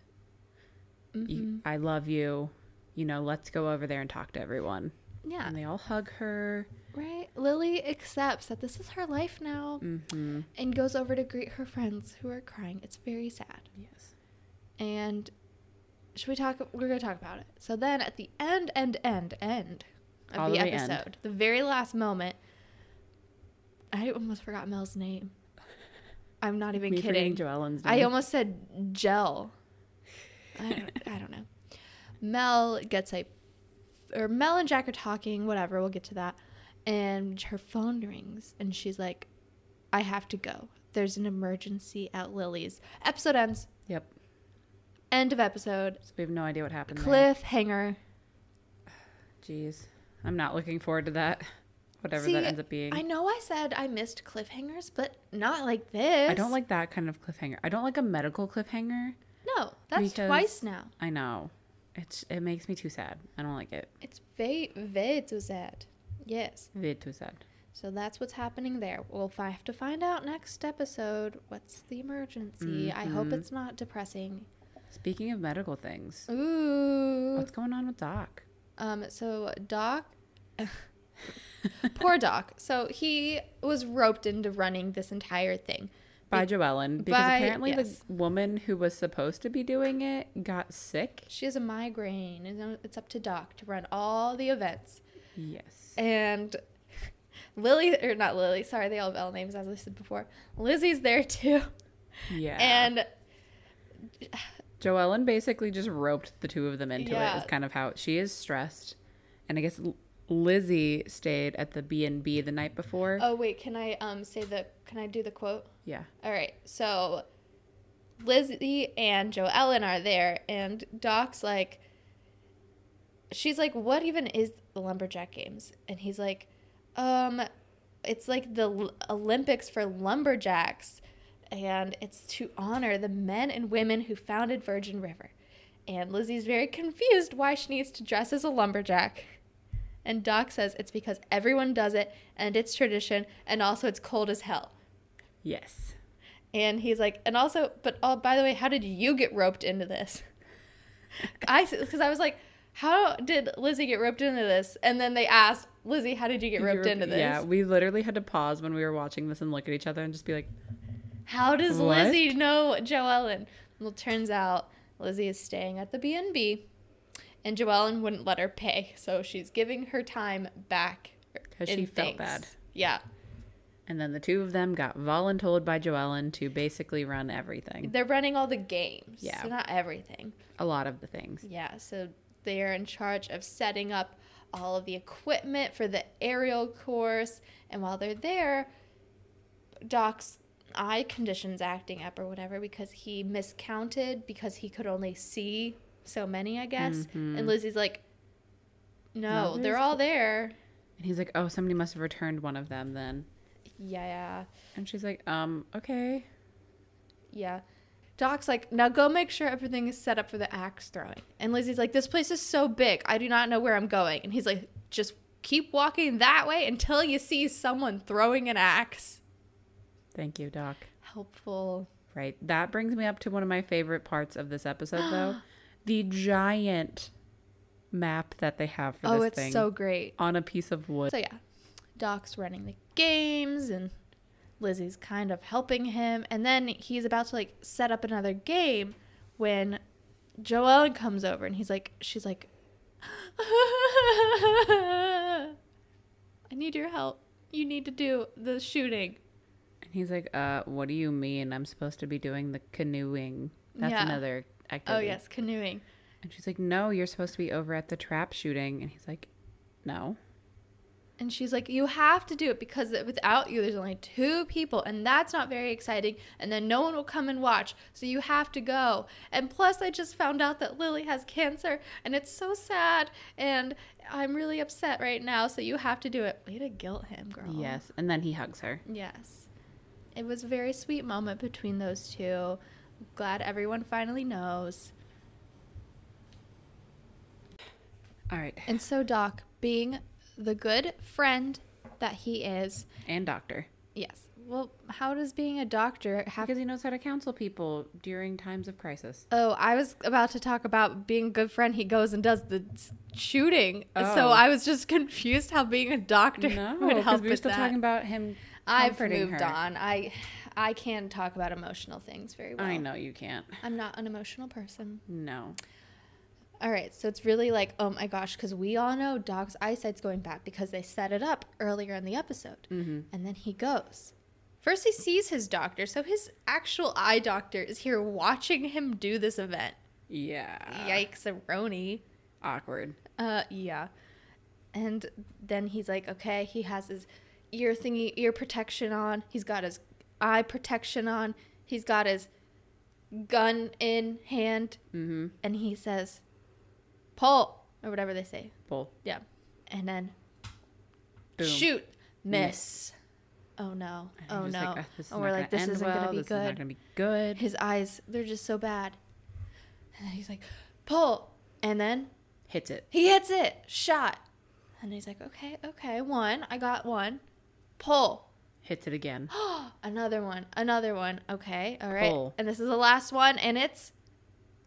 Mm-hmm. You, I love you. You know, let's go over there and talk to everyone. Yeah, And they all hug her. right? Lily accepts that this is her life now Mm-hmm. and goes over to greet her friends who are crying. It's very sad. Yes. And should we talk? We're going to talk about it. So then at the end, end, end, end of All the the way end. episode, the very last moment, I almost forgot Mel's name. I'm not even Me kidding. forgetting Joellen's I name. almost said gel. I don't, I don't know. Mel gets a, or Mel and Jack are talking, whatever, we'll get to that. And her phone rings and she's like, I have to go. There's an emergency at Lily's. Episode ends. Yep. End of episode. So we have no idea what happened. there. Cliffhanger. Jeez. I'm not looking forward to that. <laughs> whatever See, that ends up being. I know I said I missed cliffhangers, but not like this. I don't like that kind of cliffhanger. I don't like a medical cliffhanger. No, that's because- twice now. I know. It's it makes me too sad. I don't like it. It's very, very too sad. Yes. Vid too sad. So that's what's happening there. We'll fi- have to find out next episode what's the emergency. I hope Mhm. it's not depressing. Speaking of medical things, Ooh. what's going on with Doc? Um. So Doc, <laughs> poor Doc. So he was roped into running this entire thing. By Joellen, because by- apparently yes. the woman who was supposed to be doing it got sick. She has a migraine, and it's up to Doc to run all the events. Yes. And <laughs> Lily, or not Lily, sorry, they all have L names, as I said before. Lizzie's there too. Yeah. And Joellen basically just roped the two of them into it. Yeah. Is kind of how she is stressed, and I guess L- Lizzie stayed at the B and B the night before. oh wait, can I um say the can I do the quote? Yeah. All right, so Lizzie and Joe Ellen are there, and Doc's like, she's like, what even is the lumberjack games? And he's like, um, it's like the L- Olympics for lumberjacks, and it's to honor the men and women who founded Virgin River. And Lizzie's very confused why she needs to dress as a lumberjack. And Doc says it's because everyone does it, and it's tradition, and also it's cold as hell. Yes. And he's like, and also, but oh, by the way, how did you get roped into this? <laughs> I, because I was like, how did Lizzie get roped into this? And then they asked Lizzie, how did you get You roped were- into this? Yeah, we literally had to pause when we were watching this and look at each other and just be like, How does What? Lizzie know Joellen? Well, turns out Lizzie is staying at the B and B, and Joellen wouldn't let her pay, so she's giving her time back. because in she felt thanks. bad. Yeah, And then the two of them got voluntold by Joellen to basically run everything, they're running all the games. Mm. Yeah. so not everything. a lot of the things. Yeah, so they are in charge of setting up all of the equipment for the aerial course. And while they're there, Doc's eye conditions acting up or whatever because he miscounted because he could only see so many, I guess. And Lizzie's like, no, No, they're there's- all there. And he's like, "Oh, somebody must have returned one of them then." Yeah, And she's like, "Um, okay." yeah. Doc's like, now go make sure everything is set up for the axe throwing. And Lizzie's like, this place is so big. I do not know where I'm going. And he's like, just keep walking that way until you see someone throwing an axe. Thank you, Doc. Helpful. Right. That brings me up to one of my favorite parts of this <gasps> episode, though, the giant map that they have for Oh, this it's thing so great. on a piece of wood. So, yeah, Doc's running the games and Lizzie's kind of helping him. And then he's about to like set up another game when Joellen comes over and he's like, she's like, <laughs> I need your help. You need to do the shooting. And he's like, "Uh, what do you mean? I'm supposed to be doing the canoeing? That's Yeah. another Oh, activity." yes, canoeing. And she's like, "No, you're supposed to be over at the trap shooting." And he's like, "No." And she's like, You have to do it because without you, there's only two people, and that's not very exciting. And then no one will come and watch, so you have to go. And plus, I just found out that Lily has cancer, and it's so sad, and I'm really upset right now, so you have to do it. Way to guilt him, girl. Yes. And then he hugs her. Yes. It was a very sweet moment between those two. Glad everyone finally knows. All right. And so, Doc, being the good friend that he is, And doctor, Yes. Well, how does being a doctor have? because he knows how to counsel people during times of <laughs> crisis. oh, I was about to talk about being a good friend. He goes and does the s- shooting. So Oh. I was just <laughs> confused how being a doctor No, would because help we were with still that. talking about him. I've comforting moved her. on. I, I can talk about emotional things very well. I know you can't. I'm not an emotional person. No. All right, so it's really like, oh my gosh, because we all know Doc's eyesight's going bad because they set it up earlier in the episode. And then he goes. First, he sees his doctor, so his actual eye doctor is here watching him do this event. Yeah. Yikes, a Roni. Awkward. Uh, yeah. And then he's like, okay, he has his ear thingy, ear protection on. He's got his eye protection on. He's got his gun in hand. Mm-hmm. And he says, pull, or whatever they say. Bull. Yeah. And then Boom. Shoot, miss. Oh no! And you're Oh just no! like, "Ah, this is and not we're gonna like, this end isn't well, gonna be this Is not good. gonna be good. His eyes, they're just so bad. And then he's like, pull, and then Hits it. he hits it, shot. And he's like, okay, okay, one, I got one. Pull, <gasps> Hits it again. another one, another one. Okay, all right. Pull. And this is the last one, and it's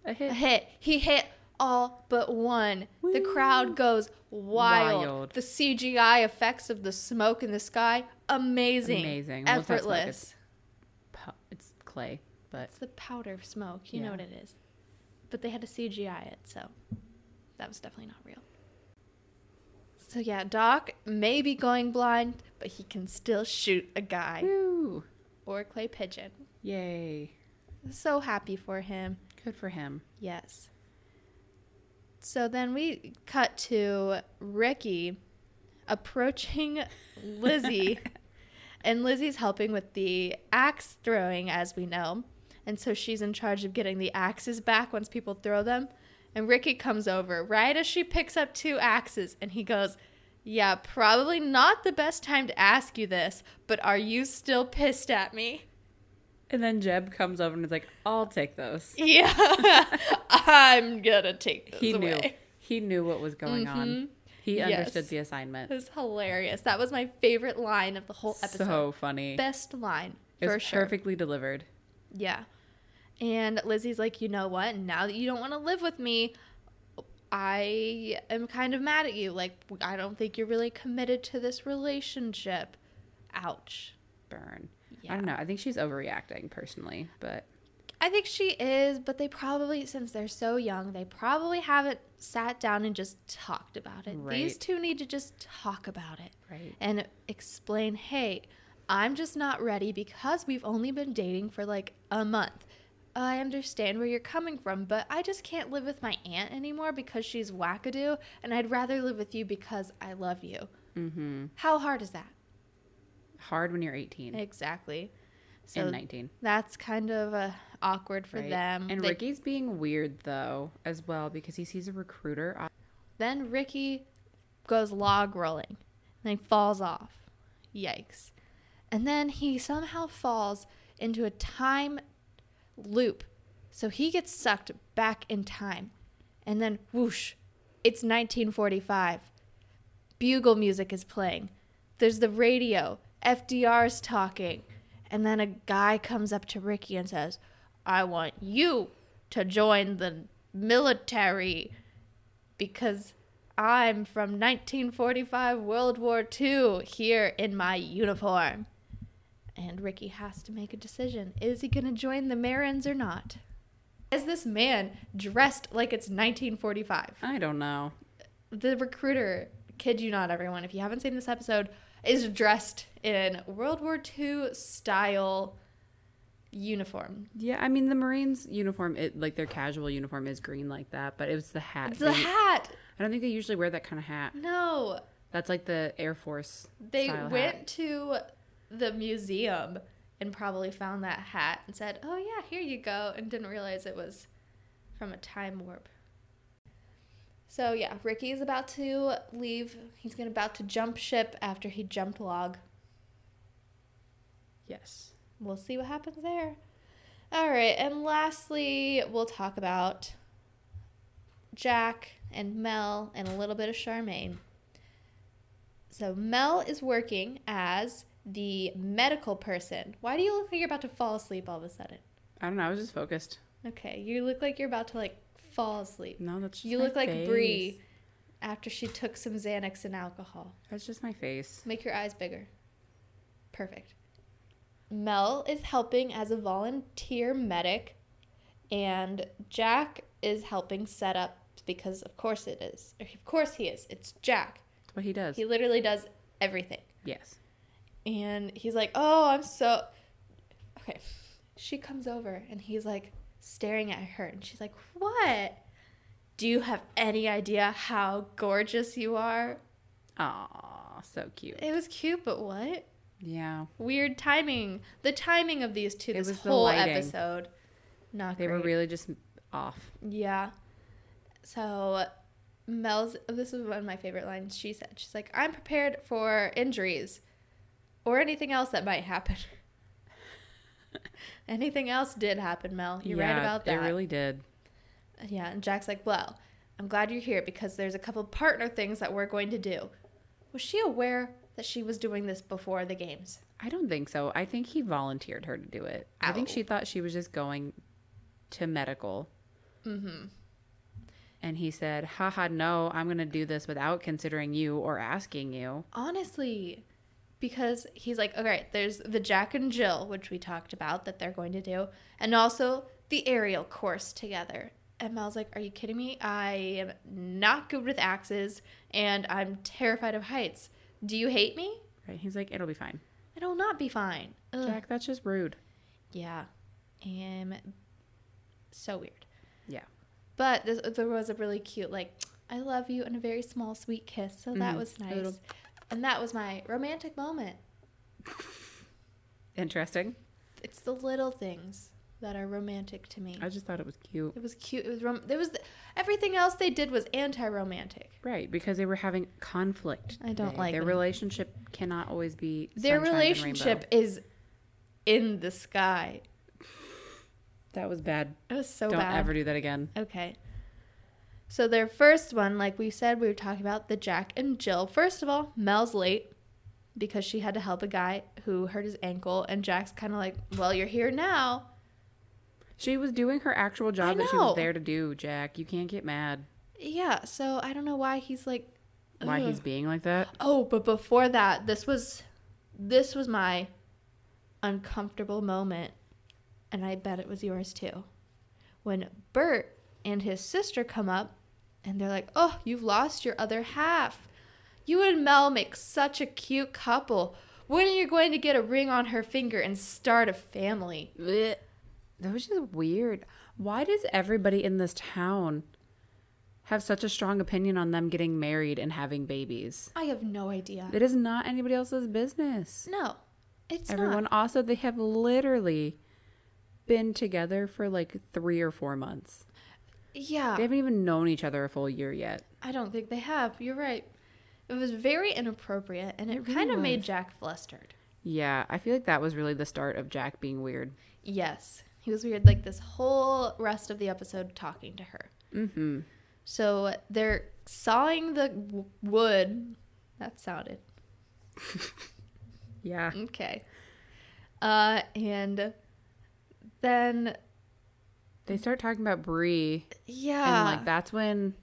A hit. a hit. He hit all but one. The crowd goes wild. Wild. The CGI effects of the smoke in the sky, amazing, Amazing. Well, it's not smoke, effortless. it's- Pu- It's clay, but It's the powder of smoke. You know Yeah. what it is. But they had to CGI it, so that was definitely not real. So yeah, Doc may be going blind, but he can still shoot a guy woo, or a clay pigeon. yay, So happy for him. good for him. Yes. So then we cut to Ricky <laughs> approaching Lizzie, and Lizzie's helping with the axe throwing, as we know. And so she's in charge of getting the axes back once people throw them. And Ricky comes over right as she picks up two axes, and he goes, Yeah, probably not the best time to ask you this, but are you still pissed at me? <laughs> And then Jeb comes over and is like, "I'll take those." Yeah, <laughs> I'm gonna take this He knew. away. He knew what was going on. He Mm-hmm. Yes. understood the assignment. It was hilarious. That was my favorite line of the whole episode. So funny. Best line It for was sure. perfectly delivered. Yeah. And Lizzie's like, you know what? Now that you don't want to live with me, I am kind of mad at you. Like, I don't think you're really committed to this relationship. Ouch. Burn. Yeah. I don't know. I think she's overreacting personally, but I think she is, but they probably, since they're so young, they probably haven't sat down and just talked about it. These Right. two need to just talk about it. right. and explain, hey, I'm just not ready because we've only been dating for like a month. I understand where you're coming from, but I just can't live with my aunt anymore because she's wackadoo, and I'd rather live with you because I love you. Mm-hmm. How hard is that? Hard when you're 18 Exactly. Mm. and So 19. that's kind of uh, awkward for right? them. And They- Ricky's being weird though, as well, because he sees a recruiter. Then Ricky goes log rolling and then falls off. Yikes. And then he somehow falls into a time loop. So he gets sucked back in time. And then whoosh, it's 1945. Bugle music is playing. There's the radio. FDR's talking. And then a guy comes up to Ricky and says, I want you to join the military because I'm from 1945 World War II here in my uniform. And Ricky has to make a decision. Is he going to join the Marins or not? Is this man dressed like it's 1945? I don't know. The recruiter, kid you not, everyone, if you haven't seen this episode, is dressed in World War II style uniform. Yeah, I mean the Marines uniform, it like their casual uniform is green like that, but it was the hat. It's a They- hat. I don't think they usually wear that kind of hat. No. That's like the Air Force. They style went hat. to the museum and probably found that hat and said, "Oh yeah, here you go," and didn't realize it was from a time warp. So yeah, Ricky is about to leave. He's gonna about to jump ship after he jumped log. Yes. We'll see what happens there. All right, and lastly, we'll talk about Jack and Mel and a little bit of Charmaine. So Mel is working as the medical person. Why do you look like you're about to fall asleep all of a sudden? I don't know. I was just focused. Okay, you look like you're about to like fall asleep. No, that's just You my look like face. Bree after she took some Xanax and alcohol. That's just my face. Make your eyes bigger. Perfect. Mel is helping as a volunteer medic, and Jack is helping set up because, of course, it is. Of course, he is. It's Jack. That's what he does. He literally does everything. yes. And he's like, Oh, I'm so. Okay. She comes over, and he's like staring at her, and she's like, What? Do you have any idea how gorgeous you are? Aw, so cute. It was cute, but what? Yeah. weird timing. The timing of these two, It this was the whole lighting. episode, not They great. were really just off. yeah. So Mel's this is one of my favorite lines she said. She's like, I'm prepared for injuries or anything else that might happen. <laughs> anything else did happen, Mel. You're right Yeah, about that. It really did. yeah, and Jack's like, Well, I'm glad you're here because there's a couple partner things that we're going to do. Was she aware that she was doing this before the games? I don't think so. I think he volunteered her to do it. I think Ow. she thought she was just going to medical. Mm-hmm. And he said, haha, no, I'm going to do this without considering you or asking you. Honestly, because he's like, all right, there's the Jack and Jill, which we talked about that they're going to do, and also the aerial course together. And Mel's like, are you kidding me? I am not good with axes and I'm terrified of heights. Do you hate me? Right? He's like, it'll be fine. It'll not be fine. Ugh. Jack, that's just rude. Yeah. And so weird. Yeah. But th- there was a really cute, like, I love you, and a very small, sweet kiss. So that Mhm. was A nice. little- And that was my romantic moment. Interesting. It's the little things that are romantic to me. I just thought it was cute. It was cute. It was rom- there was everything else they did was anti-romantic. Right, because they were having conflict. I don't today. like their when- relationship cannot always be Their sunshine and rainbow. relationship is in the sky. That was bad. It was so don't bad. ever do that again. Okay. So their first one, like we said, we were talking about the Jack and Jill. First of all, Mel's late because she had to help a guy who hurt his ankle, and Jack's kind of like, "Well, you're here now." She was doing her actual job I that she know. was there to do, Jack. You can't get mad Yeah. So I don't know why he's like. why "Ugh." he's being like that. Oh, but before that, this was this was my uncomfortable moment, and I bet it was yours too. When Bert and his sister come up and they're like, "Oh, you've lost your other half. You and Mel make such a cute couple. When are you going to get a ring on her finger and start a family?" Blech. That was just weird. Why does everybody in this town have such a strong opinion on them getting married and having babies? I have no idea. It is not anybody else's business. No. It's Everyone not. also they have literally been together for like 3 or 4 months. They Yeah. haven't even known each other a full year yet. I don't think they have. You're right. It was very inappropriate and it, It really kind of made was. Jack flustered. Yeah, I feel like that was really the start of Jack being weird. Yes. He was weird like this whole rest of the episode talking to her. Mhm. So they're sawing the w- wood. That sounded Yeah. okay. Uh, and then They start talking about Bree yeah, and like that's when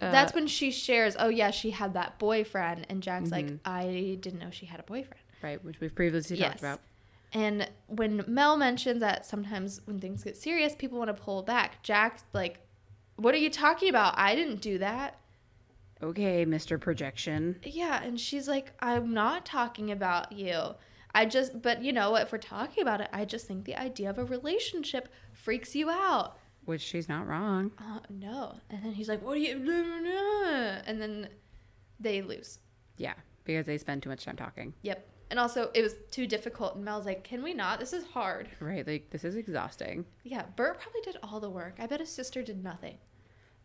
uh, Ah. that's when she shares. Oh yeah, she had that boyfriend, and Jack's like, I didn't know she had a boyfriend. right, which we've previously Mm-hmm. talked about. And when Mel mentions that sometimes when things get serious, people want to pull back. Jack's like, "What are you talking about? I didn't do that." Okay, Mr. Projection. Yeah, and she's like, I'm not talking about you. I just, but you know, if we're talking about it, I just think the idea of a relationship freaks you out. Which she's not wrong. Uh, no. And then he's like, What do you. And then they lose. Yeah, because they spend too much time talking. Yep. And also, it was too difficult. And Mel's like, Can we not? This is hard. Right, like this is exhausting. Yeah, Bert probably did all the work. I bet his sister did nothing.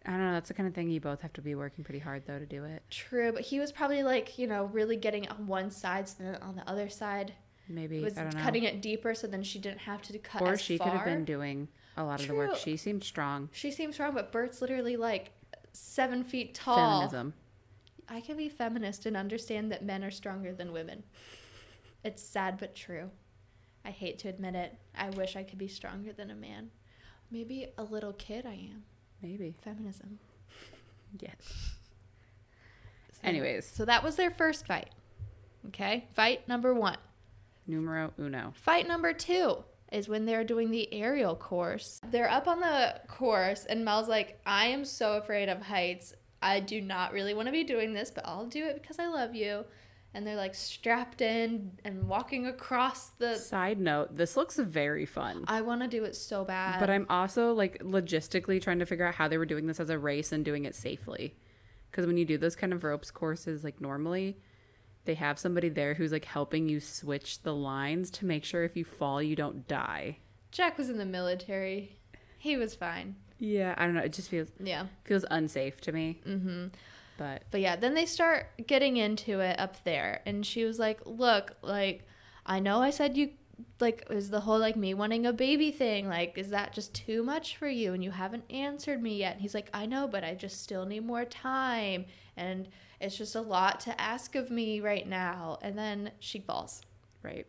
I don't know, that's the kind of thing you both have to be working pretty hard though to do it. True, but he was probably like, you know, really getting on one side, so then on the other side Maybe was I don't know. cutting it deeper, so then she didn't have to cut or as she far. could have been doing a lot of the work. True. She seemed strong. She seems strong, but Bert's literally like seven feet tall. Feminism. I can be feminist and understand that men are stronger than women. It's sad but true. I hate to admit it. I wish I could be stronger than a man. Maybe a little kid I am. Maybe. Feminism. Yes. Anyways, So that was their first fight. Okay? Fight number one. numero uno. Fight number two is when they're doing the aerial course. They're up on the course, and Mel's like, I am so afraid of heights. I do not really want to be doing this, but I'll do it because I love you. And they're like strapped in and walking across the. Side note, this looks very fun. I want to do it so bad. But I'm also like logistically trying to figure out how they were doing this as a race and doing it safely. Because when you do those kind of ropes courses, like normally, they have somebody there who's like helping you switch the lines to make sure if you fall, you don't die. Jack was in the military, he was fine. Yeah, I don't know. It just feels Yeah. feels unsafe to me. Mm-hmm. But But yeah, then they start getting into it up there. And she was like, Look, like, I know I said you, like, is the whole, like, me wanting a baby thing, like, is that just too much for you? And you haven't answered me yet. And he's like, I know, but I just still need more time. And it's just a lot to ask of me right now. And then she falls. <laughs> right,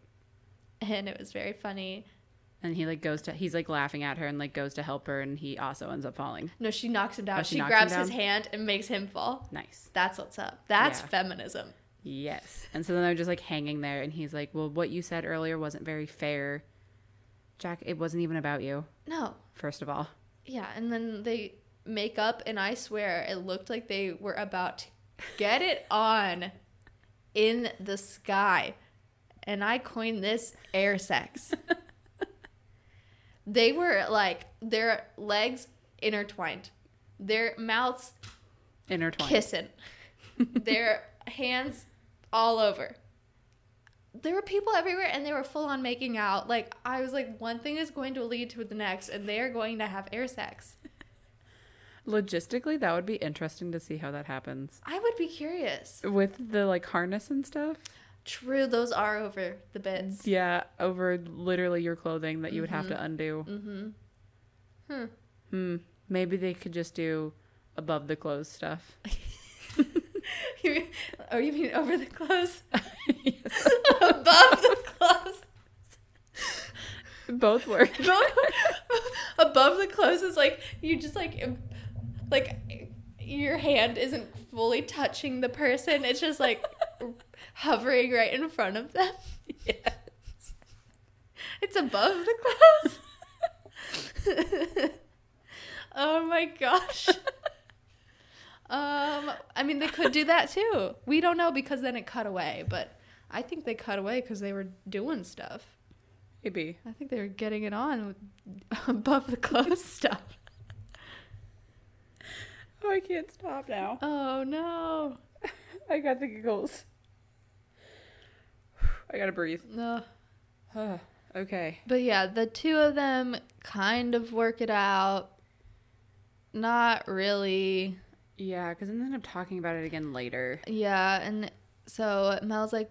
And it was very funny. and he like goes to he's like laughing at her and like goes to help her, and he also ends up falling. No, she knocks him down. Oh, she she knocks him grabs his down? hand and makes him fall. Nice. That's what's up. That's Yeah. feminism. Yes. And so then they're just like hanging there, and he's like, "Well, what you said earlier wasn't very fair, Jack. It wasn't even about you, No, first of all." Yeah, and then they make up, and I swear it looked like they were about to get it on in the sky. And I coined this air sex. they were like, their legs intertwined, their mouths Intertwined. kissing, their hands all over. There were people everywhere and they were full on making out. Like, I was like, one thing is going to lead to the next, and they are going to have air sex. Logistically, that would be interesting to see how that happens I would be curious. with the like harness and stuff. True, those are over the bits. Yeah, over literally your clothing that you would have to undo. Mm-hmm. Hmm. Hmm. Maybe they could just do above the <laughs> clothes stuff. You mean- <laughs> oh, you mean over the clothes? <laughs> Above the clothes. Both work. <laughs> Above the clothes is like you just like im- like your hand isn't fully touching the person. It's just like hovering right in front of them. Yes. It's above the clothes. <laughs> oh my gosh. Um, I mean, they could do that too. We don't know because then it cut away, but I think they cut away because they were doing stuff. Maybe. I think they were getting it on with <laughs> above the clothes <laughs> stuff. Oh, I can't stop now. Oh no. I got the giggles. <sighs> I gotta breathe. <sighs> No. okay. But yeah, the two of them kind of work it out. Not really. Yeah, because then they end up talking about it again later. Yeah, and so Mel's like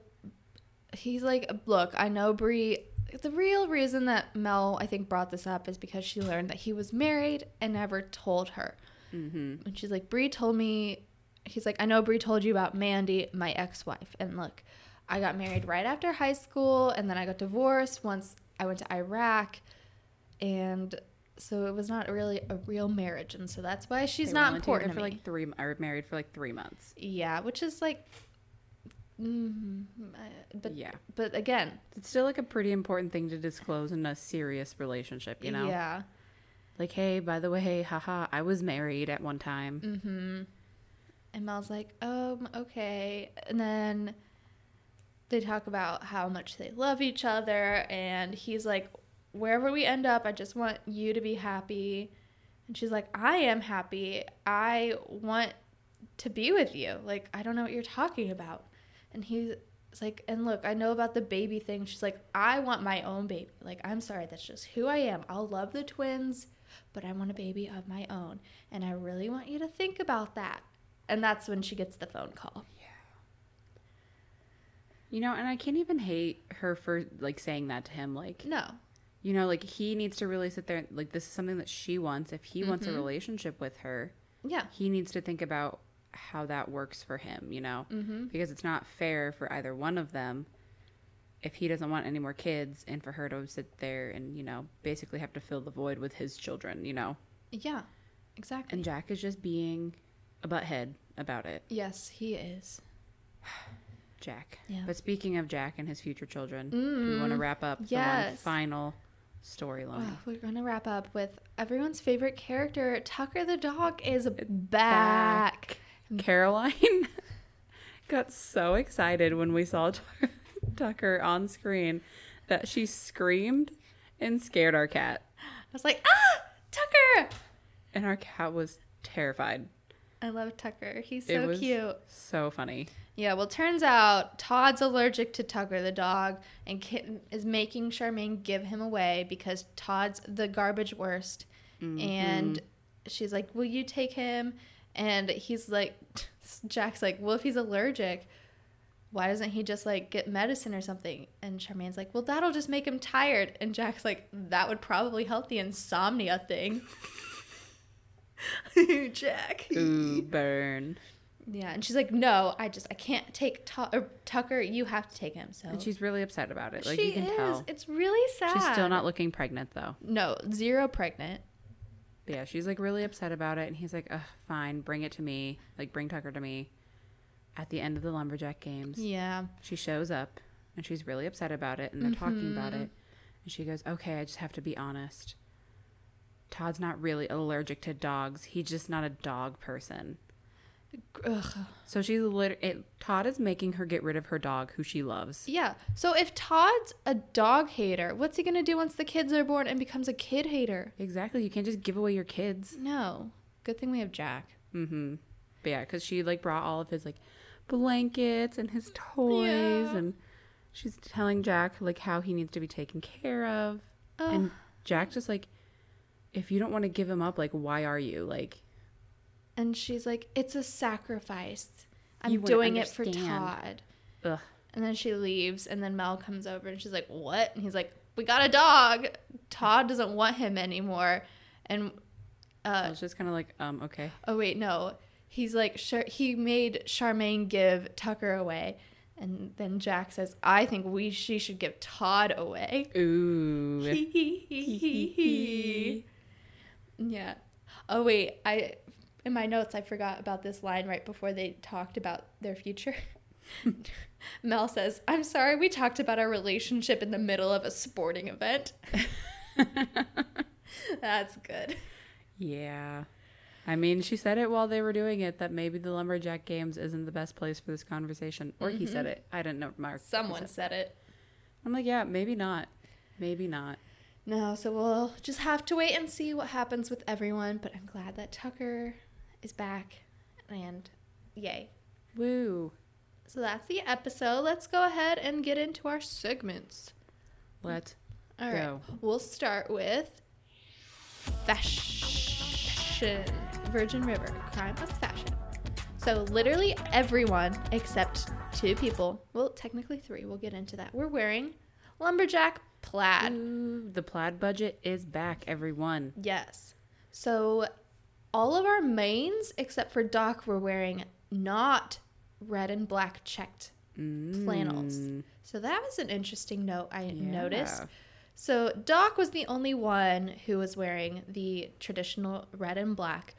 he's like, "Look, I know Bree the real reason that Mel I think brought this up is because she learned that he was married and never told her. Mm-hmm. And she's like, Bree told me, he's like, I know Bree told you about Mandy, my ex wife. And look, I got married right after high school and then I got divorced once I went to Iraq. And so it was not really a real marriage. And so that's why she's not important to for me. like three. Or married for like three months. yeah, which is like, mm, I- but yeah, but again, it's still like a pretty important thing to disclose in a serious relationship. You know, yeah, like hey, by the way, haha, I was married at one time. Mm-hmm. And Mel's like, um, okay. And then they talk about how much they love each other, and he's like, wherever we end up, I just want you to be happy. And she's like, I am happy. I want to be with you. Like, I don't know what you're talking about. And he's like, and look, I know about the baby thing. She's like, I want my own baby. Like, I'm sorry, that's just who I am. I'll love the twins, but I want a baby of my own. And I really want you to think about that. And that's when she gets the phone call. You know, and I can't even hate her for like saying that to him. Like, No. you know, like he needs to really sit there. and Like, this is something that she wants. If he wants a Mm-hmm. relationship with her, Yeah. he needs to think about how that works for him, you know? Mm-hmm. Because it's not fair for either one of them if he doesn't want any more kids and for her to sit there and, you know, basically have to fill the void with his children, you know? Yeah. Exactly. And Jack is just being a butthead about it. yes, he is. Jack. Yeah. Mm-hmm. But speaking of Jack and his future children, do we want to wrap up the one Yes. final storyline? Well, we're going to wrap up with everyone's favorite character. Tucker the dog is back. <laughs> Caroline got so excited when we saw Tuck- <laughs> Tucker on screen that she screamed and scared our cat. I was like, ah, Tucker. And our cat was terrified. I love Tucker. He's It so was- cute. So <laughs> funny. Yeah, well, turns out Todd's allergic to Tucker the dog and Kitten is making Charmaine give him away because Todd's the garbage worst and she's like, "Will you take him?" And he's like, <laughs> Jack's like, "Well, if he's allergic, why doesn't he just like get medicine or something?" And Charmaine's like, "Well, that'll just make him tired." And Jack's like, "That would probably help the insomnia thing." <laughs> Jack. Ooh, burn. Yeah, and she's like, "No, I just I can't take Tu- or Tucker. You have to take him." So And she's really upset about it. Like she you can is. tell. It's really sad. She's still not looking pregnant though. No, zero pregnant. But yeah, she's like really upset about it, and he's like, Ugh, "Fine, bring it to me. Like, bring Tucker to me." At the end of the lumberjack games, Yeah. she shows up, and she's really upset about it, and they're talking about Mm-hmm. it, and she goes, "Okay, I just have to be honest. Todd's not really allergic to dogs. He's just not a dog person." Ugh. So she's lit- it, Todd is making her get rid of her dog, who she loves. Yeah. So if Todd's a dog hater, what's he gonna do once the kids are born and becomes a kid hater? Exactly. You can't just give away your kids. No. Good thing we have Jack. Mm-hmm. But yeah, because she like brought all of his like blankets and his toys, Yeah. and she's telling Jack like how he needs to be taken care of, and Jack just like, if you don't want to give him up, like why are you like? And she's like, "It's a sacrifice. I'm You wouldn't doing it for understand." Todd." Ugh. And then she leaves, and then Mel comes over and she's like, What? And he's like, We got a dog. Todd doesn't want him anymore. And, I uh, was just kind of like, um, okay. oh, wait, no. He's like, Char- He made Charmaine give Tucker away. And then Jack says, I think we she should give Todd away. Ooh. yeah. Oh, wait. I. In my notes, I forgot about this line right before they talked about their future. <laughs> Mel says, I'm sorry, we talked about our relationship in the middle of a sporting event. <laughs> That's good. <laughs> yeah. I mean, she said it while they were doing it that maybe the lumberjack games isn't the best place for this conversation, or he said it. I didn't know. Mark. Mm-hmm. Someone said it. I'm like, yeah, maybe not. Maybe not. No, so we'll just have to wait and see what happens with everyone, but I'm glad that Tucker is back and yay. Woo. So that's the episode. Let's go ahead and get into our segments. Let All right. Go. We'll start with fashion. Virgin River, crime of fashion. So, literally everyone except two people, well, technically three, we'll get into that. We're wearing lumberjack plaid. Ooh, the plaid budget is back, everyone. Yes. So, all of our mains except for Doc were wearing not red and black checked flannels. Mm. So, that was an interesting note I noticed. Yeah. So Doc was the only one who was wearing the traditional red and black,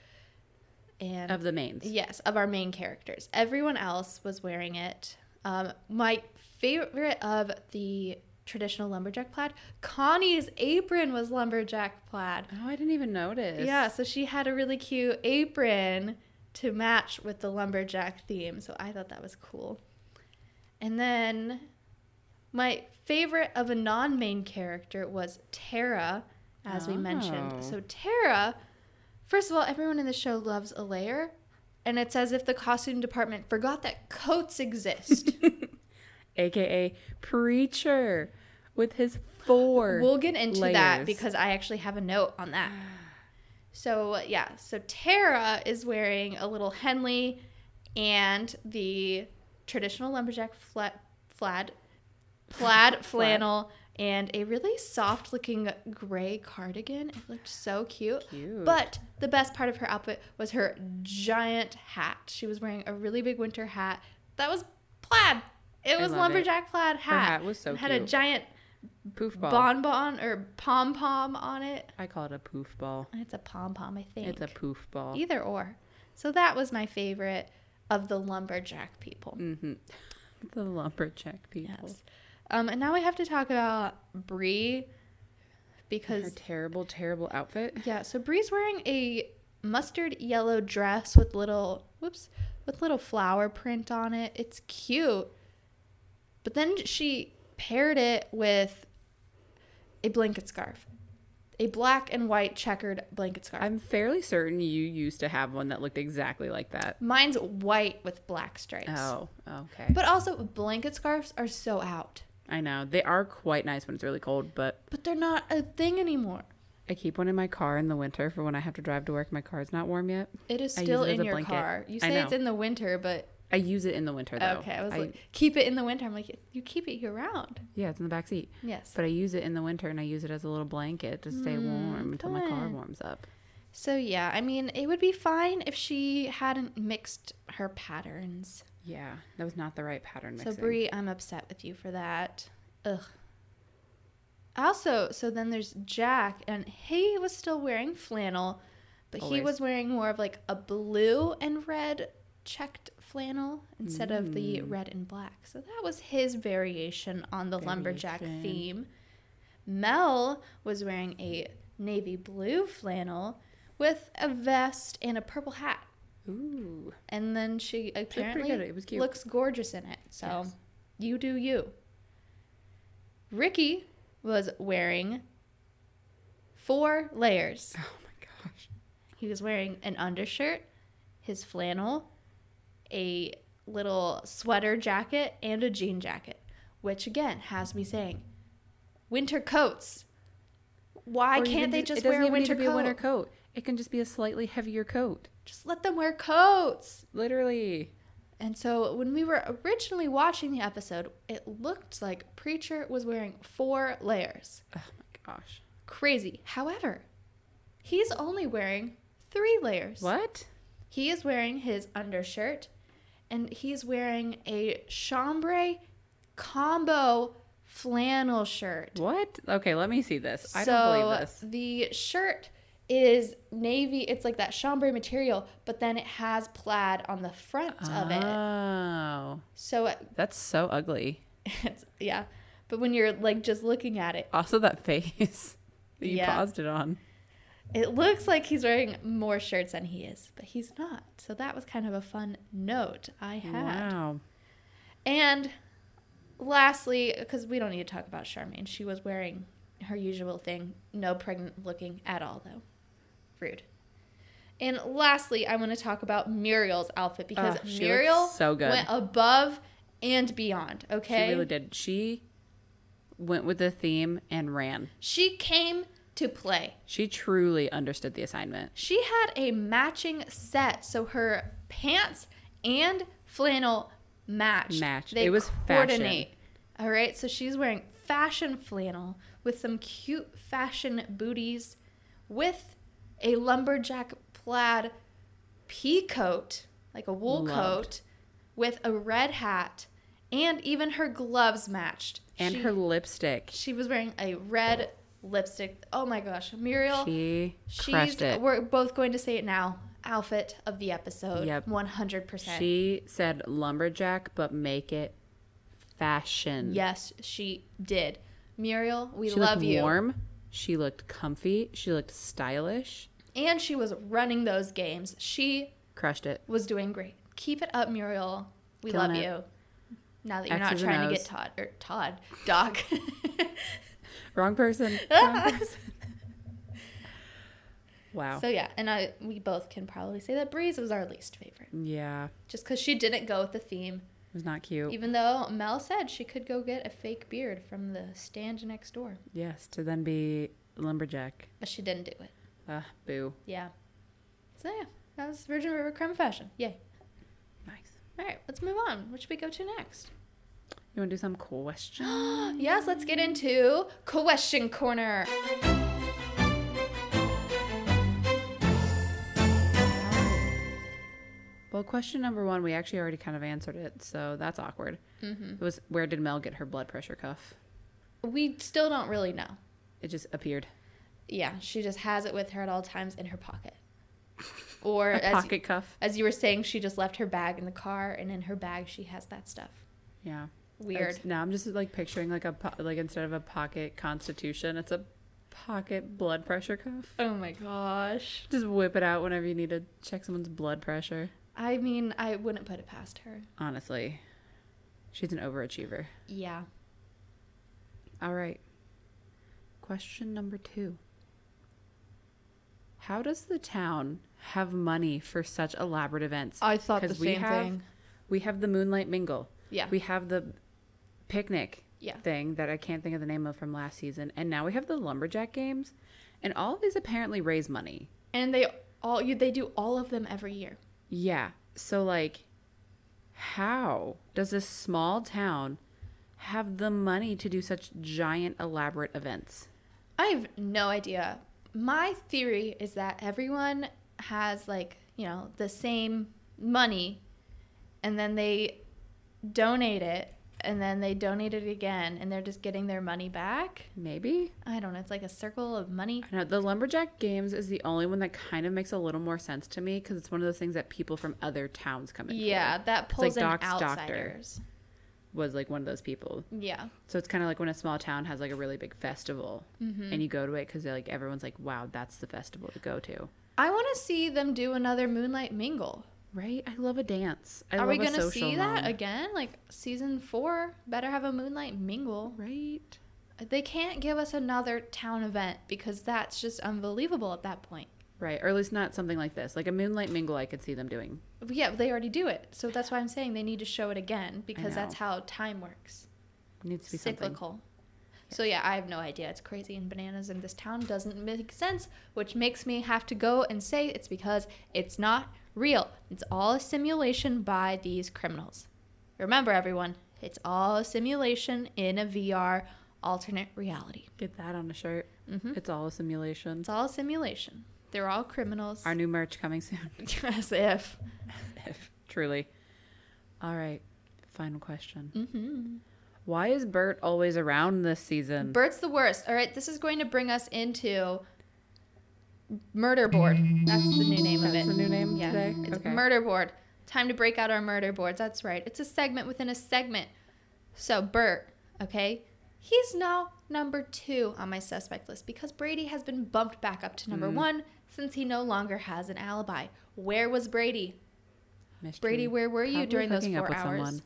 and of the mains. yes, of our main characters. Everyone else was wearing it. Um, my favorite of the traditional lumberjack plaid, Connie's apron was lumberjack plaid. Oh, I didn't even notice. Yeah, so she had a really cute apron to match with the lumberjack theme. So I thought that was cool. And then my favorite of a non main character was Tara, as we Oh. mentioned. So Tara, first of all, everyone in the show loves a layer. And it's as if the costume department forgot that coats exist. AKA Preacher with his 4 We'll get into that layers. because I actually have a note on <sighs> that. So yeah, so Tara is wearing a little Henley and the traditional lumberjack flat, <laughs> flat, plaid flannel and a really soft looking gray cardigan. It looked so cute. Cute. But the best part of her outfit was her giant hat. She was wearing a really big winter hat that was plaid. It was love it. lumberjack plaid hat. hat was so It had a cute. giant poof ball. bonbon or pom pom on it. I call it a poof ball. It's a pom pom, I think. It's a poof ball. either or. So that was my favorite of the lumberjack people. Mm-hmm. The lumberjack people. Yes. Um, and now we have to talk about Bree Her because terrible, terrible outfit. yeah, so Bree's wearing a mustard yellow dress with little whoops with little flower print on it. It's cute. But then she paired it with a blanket scarf. A black and white checkered blanket scarf. I'm fairly certain you used to have one that looked exactly like that. Mine's white with black stripes. Oh, okay. But also, blanket scarves are so out. I know. They are quite nice when it's really cold, but But they're not a thing anymore. I keep one in my car in the winter for when I have to drive to work. My car's not warm yet. It is I use still it in as a your blanket. car. You I say it's know. in the winter, but I use it in the winter though. okay. I was like, keep it in the winter. I'm like, you keep it year round. yeah, it's in the back seat. Yes. But I use it in the winter and I use it as a little blanket to stay Hmm, warm until my car fun. warms up. so yeah, I mean, it would be fine if she hadn't mixed her patterns. Yeah, that was not the right pattern mixing. So Brie, I'm upset with you for that. Ugh. Also, so then there's Jack, and he was still wearing flannel, but he Always. was wearing more of like a blue and red checked flannel instead of the Mm. red and black. So that was his variation on the lumberjack Variation. theme. Mel was wearing a navy blue flannel with a vest and a purple hat. Ooh, And then she pretty apparently good. It was cute. looks gorgeous in it. So Yes. you do you. Ricky was wearing four layers. <laughs> oh my gosh, He was wearing an undershirt, his flannel, a little sweater jacket, and a jean jacket, which again has me saying, winter coats. Why Or even can't they it just doesn't wear a even need winter to be coat? A winter coat. It can just be a slightly heavier coat. Just let them wear coats. Literally. And so when we were originally watching the episode, it looked like Preacher was wearing four layers. Oh my gosh. Crazy. However, he's only wearing three layers. What? He is wearing his undershirt and he's wearing a chambray combo flannel shirt. What? Okay, let me see this. I so don't believe this. the shirt is navy, it's like that chambray material, but then it has plaid on the front of it. Oh, So it that's so ugly. It's, <laughs> yeah. But when you're like just looking at it, Also, that face <laughs> that you Yeah. paused it on. it looks like he's wearing more shirts than he is, but he's not. So that was kind of a fun note I had. Wow. And lastly, because we don't need to talk about Charmaine, she was wearing her usual thing, no pregnant looking at all, though. Rude. And lastly, I want to talk about Muriel's outfit because Ugh, Ah, she looked Muriel so good. went above and beyond, okay? She really did. She went with the theme and ran. she came to play. She truly understood the assignment. She had a matching set, so her pants and flannel matched. Matched. It was fashion. All right, so she's wearing fashion flannel with some cute fashion booties, with a lumberjack plaid pea coat, like a wool Loved. coat, with a red hat, and even her gloves matched. And She- her lipstick. she was wearing a red lipstick. Oh my gosh, Muriel. She She's, crushed it. we're both going to say it now. Outfit of the episode. Yep. 100%. She said lumberjack, but make it fashion. yes, she did. Muriel, we she love looked you. warm. She looked comfy. She looked stylish. And she was running those games. She Crushed it. was doing great. Keep it up, Muriel. We Killing love it. you. Now that you're not X's and trying to get O's. Todd or Todd, Doc. <laughs> Wrong person. Wrong person. <laughs> <laughs> wow. so yeah, and I we both can probably say that Breeze was our least favorite. yeah. Just cuz she didn't go with the theme It was not cute. Even though Mel said she could go get a fake beard from the stand next door, yes, to then be lumberjack. but she didn't do it. Ah, boo. Yeah. So yeah, that was Virgin River Creme Fashion. Yay. Nice. All right, let's move on. What should we go to <gasps> next? You want to do some <gasps> question? yes, let's get into Question Corner. well, question number one, we actually already kind of answered it, so that's awkward. It was where did Mel get her blood pressure cuff? Mm-hmm. We still don't really know. It just appeared. Yeah, she just has it with her at all times in her <laughs> pocket. Or A as, pocket cuff. as you were saying, she just left her bag in the car, and in her bag, she has that stuff. Yeah. Weird. It's- now I'm just like picturing like a po- like instead of a pocket constitution, it's a pocket blood pressure cuff. Oh my gosh. Just whip it out whenever you need to check someone's blood pressure. I mean, I wouldn't put it past her. Honestly, she's an overachiever. Yeah. All right. Question number two. How does the town have money for such elaborate events? I thought the 'Cause we same have- thing. We have the moonlight mingle. Yeah. We have the picnic Yeah. thing that I can't think of the name of from last season, and now we have the lumberjack games, And all of these apparently raise money. and they all you they do all of them every year. Yeah. So, like, how does this small town have the money to do such giant, elaborate events? I have no idea. My theory is that everyone has like, you know, the same money and then they donate it and then they donate it again and they're just getting their money back. Maybe? I don't know, it's like a circle of money. I know the Lumberjack Games is the only one that kind of makes a little more sense to me because it's one of those things that people from other towns come in. for. Yeah, that like pulls in Doc's doctor. outsiders. was like one of those people. Yeah. So it's kind of like when a small town has like a really big festival Mm-hmm. and you go to it because like everyone's like, wow, that's the festival to go to. I want to see them do another Moonlight Mingle. Right? I love a dance. I Are love we a going to social see that moment. again? Like season 4, better have a Moonlight Mingle. Right. They can't give us another town event because that's just unbelievable at that point. Right. Or at least not something like this. Like a moonlight mingle I could see them doing. But Yeah, they already do it. So that's why I'm saying they need to show it again because that's know. how time works. It needs to be something. Cyclical. So yeah, I have no idea. It's crazy and bananas and this town doesn't make sense, which makes me have to go and say it's because it's not real. It's all a simulation by these criminals. Remember everyone, it's all a simulation in a VR alternate reality. Mm-hmm. Get that on a shirt. It's all a simulation. It's all a simulation. They're all criminals. Our new merch coming soon. <laughs> As if. <laughs> Truly. All right. Final question. hmm Why is Bert always around this season? Bert's the worst. All right, this is going to bring us into murder board. That's the new name That's of the it. new name Yeah, today. it's murder board. Time to break out our murder boards. That's right. It's a segment within a segment. So Bert, okay, he's now number two on my suspect list because Brady has been bumped back up to number Mm. one since he no longer has an alibi. Where was Brady? Mystery. Brady, where were you Probably during those hooking up four with hours? someone.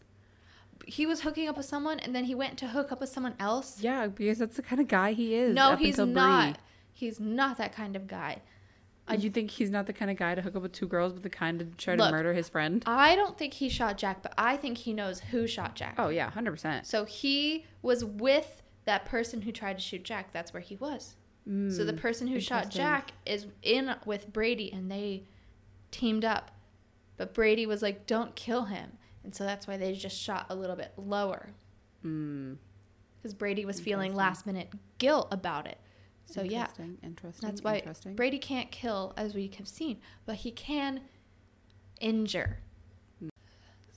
He was hooking up with someone, and then he went to hook up with someone else. Yeah, because that's the kind of guy he is. No, up he's until not. He's not that kind of guy. Bree. you think he's not the kind of guy to hook up with two girls, but the kind to try to Look. murder his friend? I don't think he shot Jack, but I think he knows who shot Jack. Oh yeah, hundred percent. So he was with that person who tried to shoot Jack. That's where he was. so the person who shot Hmm, interesting. Jack is in with Brady and they teamed up. But Brady was like, don't kill him. And so that's why they just shot a little bit lower Mm. because Brady was feeling last minute guilt about it. So yeah, Interesting, Interesting. That's why Interesting. Brady can't kill, as we have seen, but he can injure.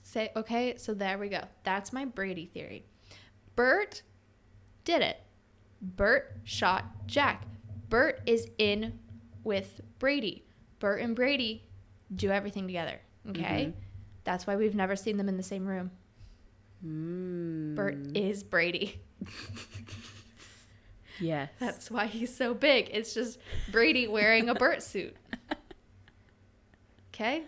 Say, okay, so there we go. That's my Brady theory. Bert did it. Bert shot Jack. Bert is in with Brady. Bert and Brady do everything together, okay? Mm-hmm. That's why we've never seen them in the same room. Mm. Bert is Brady. <laughs> Yes. That's why he's so big. It's just Brady wearing a Bert suit. Okay?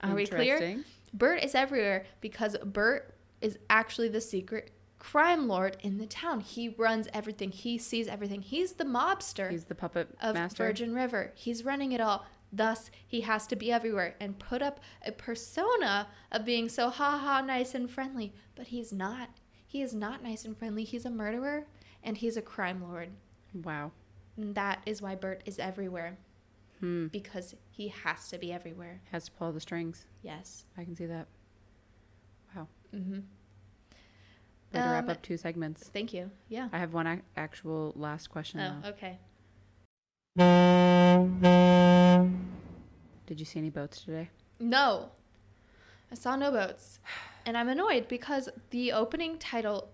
Are we clear? Interesting. Bert is everywhere because Bert is actually the secret crime lord in the town. He runs everything, he sees everything. He's the mobster He's the puppet of master. Virgin River. He's running it all. Thus, he has to be everywhere and put up a persona of being so ha ha nice and friendly, but he's not. He is not nice and friendly. He's a murderer and he's a crime lord. Wow. And that is why Bert is everywhere Hmm. because he has to be everywhere. Has to pull the strings. Yes. I can see that. Wow. Mm-hmm. Way to wrap Um, up two segments. Thank you. Yeah. I have one ac- actual last question. though. Oh, okay. Did you see any boats today? No. I saw no boats. And I'm annoyed because the opening title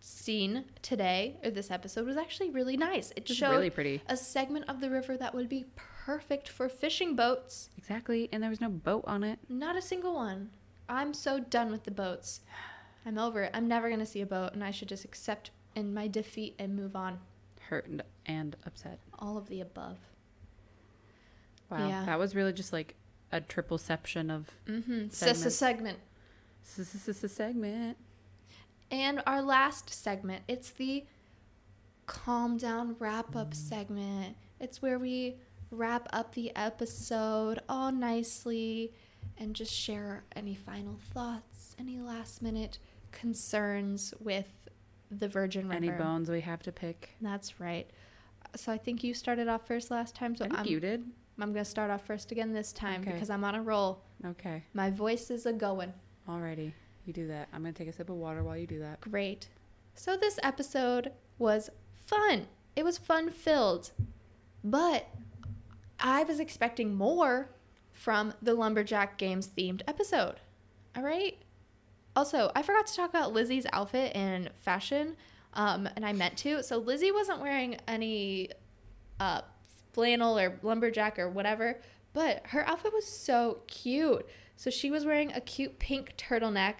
scene today, or this episode, was actually really nice. It Just showed really pretty. a segment of the river that would be perfect for fishing boats. Exactly. And there was no boat on it. Not a single one. I'm so done with the boats. I'm over it. I'm never going to see a boat, and I should just accept in my defeat and move on. Hurt and, and upset. All of the above. Wow. Yeah. That was really just like a triple section of Mm-hmm. a Segments. segment. s- s- s- s- segment. And our last segment, it's the calm down wrap Mm. up segment. It's where we wrap up the episode all nicely and just share any final thoughts, any last minute concerns with the Virgin River. Any bones we have to pick. That's right. So I think you started off first last time. So um, I think I'm, you did. I'm going to start off first again this time Okay. because I'm on a roll. Okay. My voice is a going. Alrighty. You do that. I'm gonna take a sip of water while you do that. Great. So this episode was fun. It was fun filled. But I was expecting more from the Lumberjack Games themed episode. All right. Also, I forgot to talk about Lizzie's outfit and fashion, um, and I meant to. So Lizzie wasn't wearing any uh, flannel or lumberjack or whatever, but her outfit was so cute. So she was wearing a cute pink turtleneck.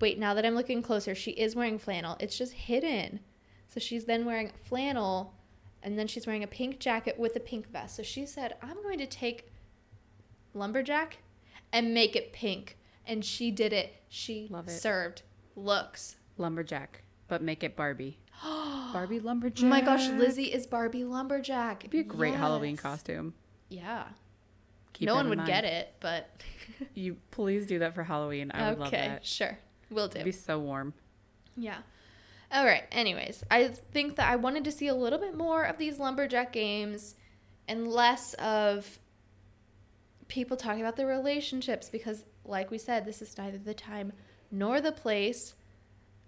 Wait, now that I'm looking closer, she is wearing flannel. It's just hidden. So she's then wearing flannel, and then she's wearing a pink jacket with a pink vest. So she said, "I'm going to take lumberjack and make it pink." And she did it. She Love it. served looks. <gasps> Lumberjack, but make it Barbie. Barbie Oh lumberjack. my gosh, Lizzie is Barbie lumberjack. It'd be a great Halloween Yes. costume. Yeah. Keep no that one in would mind. get it, but You please do that for Halloween. <laughs> I would love okay, that. sure, will do. It'd be so warm. Yeah. All right. Anyways, I think that I wanted to see a little bit more of these lumberjack games and less of people talking about their relationships because, like we said, this is neither the time nor the place.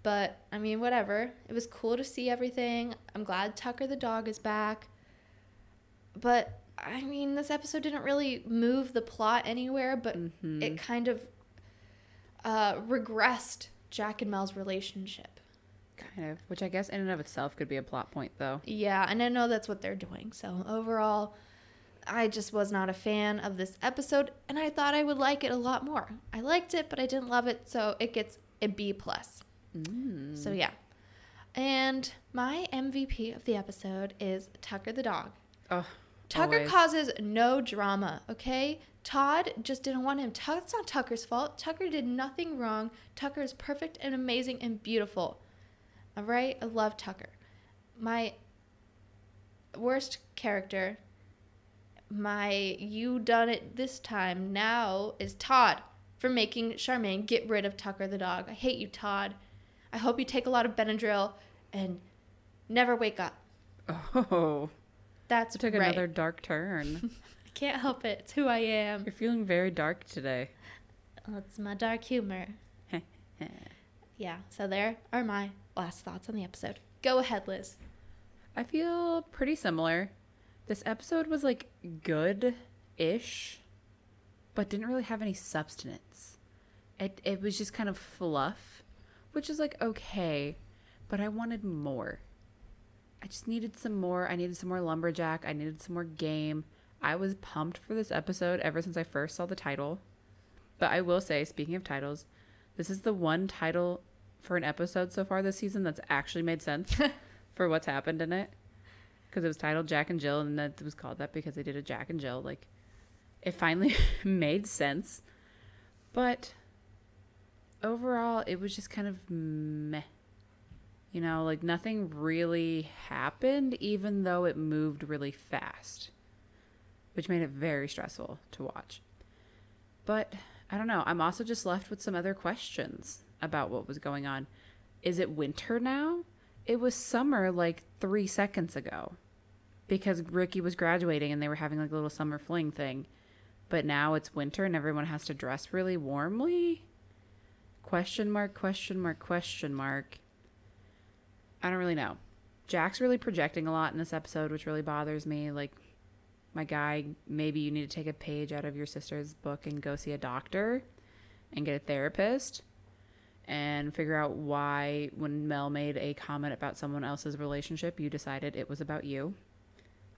But I mean, whatever. It was cool to see everything. I'm glad Tucker the dog is back. But I mean, this episode didn't really move the plot anywhere, but Mhm. it kind of uh, regressed Jack and Mel's relationship. Kind of. Which I guess in and of itself could be a plot point though. Yeah, and I know that's what they're doing. So overall, I just was not a fan of this episode, and I thought I would like it a lot more. I liked it, but I didn't love it, so it gets a B plus. Mm. So yeah. And my MVP of the episode is Tucker the dog. Oh, Tucker always. causes no drama, okay? Todd just didn't want him. Tuck- It's not Tucker's fault. Tucker did nothing wrong. Tucker is perfect and amazing and beautiful. All right? I love Tucker. My worst character, my you done it this time now is Todd for making Charmaine get rid of Tucker the dog. I hate you, Todd. I hope you take a lot of Benadryl and never wake up. Oh, <laughs> That's it took right. another dark turn. <laughs> Can't help it. It's who I am. Oh, You're feeling very dark today. It's my dark <laughs> humor. Yeah, so there are my last thoughts on the episode. Go ahead, Liz. I feel pretty similar. This episode was like good ish, but didn't really have any substance. It, it was just kind of fluff, which is like okay, but I wanted more. I just needed some more. I needed some more lumberjack. I needed some more game. I was pumped for this episode ever since I first saw the title. But I will say, speaking of titles, this is the one title for an episode so far this season that's actually made sense for what's happened in it. Because it was titled Jack and Jill, and that it was called that because they did a Jack and Jill. Like, it finally <laughs> made sense. But overall, it was just kind of meh. You know, like nothing really happened, even though it moved really fast, which made it very stressful to watch. But I don't know. I'm also just left with some other questions about what was going on. Is it winter now? It was summer like three seconds ago because Ricky was graduating and they were having like a little summer fling thing. But now it's winter and everyone has to dress really warmly? Question mark, question mark, question mark. I don't really know. Jack's really projecting a lot in this episode, which really bothers me. Like, my guy, maybe you need to take a page out of your sister's book and go see a doctor and get a therapist and figure out why, when Mel made a comment about someone else's relationship, you decided it was about you.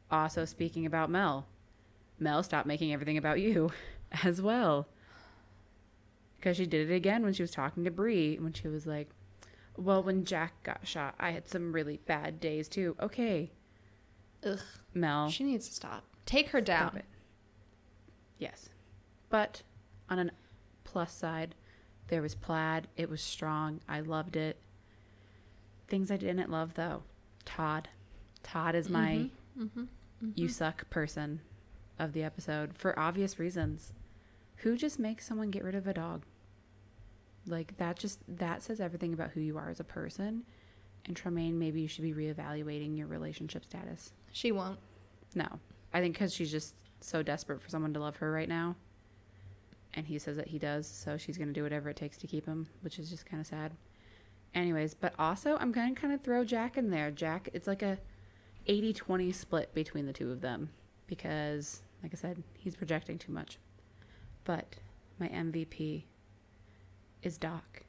Also, speaking about Mel, Mel stopped making everything about you <laughs> as well. Because she did it again when she was talking to Bree, when she was like, Well, when Jack got shot, I had some really bad days too. Okay, Ugh. Mel. She needs to stop. Take her down. Oh. Stop it. Yes. But on a plus side, there was plaid. It was strong. I loved it. Things I didn't love, though. Todd. Todd is my Mm-hmm, you suck person of the episode for obvious reasons. Who just makes someone get rid of a dog? Like that just that says everything about who you are as a person And Tremaine, maybe you should be reevaluating your relationship status. She won't. No. I think because she's just so desperate for someone to love her right now. And he says that he does. So she's going to do whatever it takes to keep him, which is just kind of sad. Anyways, but also, I'm going to kind of throw Jack in there. Jack, it's like a 80 20 split between the two of them because, like I said, he's projecting too much. But my MVP is Doc.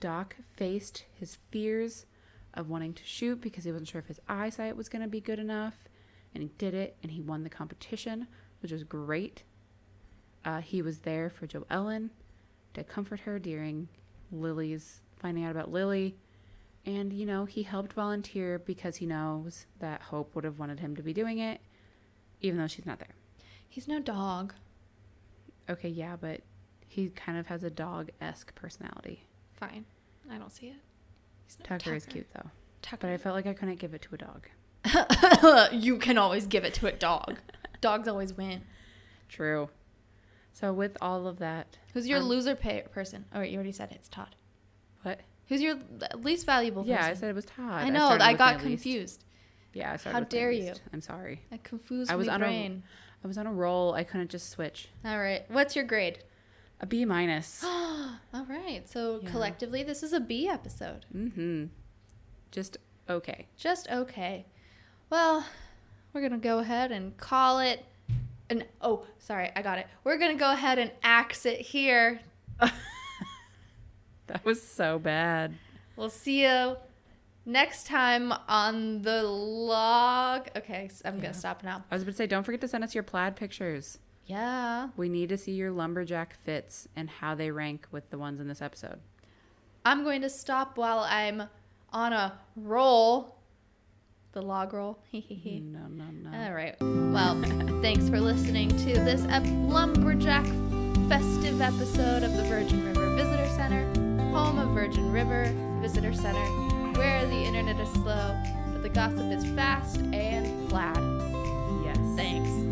Doc faced his fears of wanting to shoot because he wasn't sure if his eyesight was going to be good enough. And he did it, and he won the competition, which was great. Uh, he was there for Joe Ellen to comfort her during Lily's finding out about Lily. And, you know, he helped volunteer because he knows that Hope would have wanted him to be doing it, even though she's not there. He's no dog. Okay, yeah, but he kind of has a dog esque personality. Fine. I don't see it. He's no Tucker, is cute, though. But I Tucker. felt like I couldn't give it to a <laughs> dog. you can always give it to a <laughs> dog. Dogs always win. True. So, with all of that, Who's your Um, loser pay- person? Oh, wait, you already said it. it's Todd. what? Who's your l- least valuable yeah, I person? said it was Todd. I know. started I, with got my least. confused. Yeah, I started How with my dare least. you. I'm sorry. I confused I was my on a- brain. I was on a roll. I couldn't just switch. All right. What's your grade? <gasps> A B minus. All right. So Yeah. collectively, this is a B episode. mm-hmm. Just <laughs> okay. Just okay. Well, we're going to go ahead and call it an. Oh, sorry. I got it. We're going to go ahead and axe it here. That was so bad. We'll see you next time on the log. Okay. s- I'm Yeah. going to stop now. I was about to say, don't forget to send us your plaid pictures. Yeah. We need to see your lumberjack fits and how they rank with the ones in this episode. I'm going to stop while I'm on a roll. The log roll. <laughs> Hehehe. No, no, no. All right. Well, thanks for listening to this ep- Lumberjack festive episode of the Virgin River Visitor Center, home of Virgin River Visitor Center, where the internet is slow, but the gossip is fast and glad. Yes. Thanks.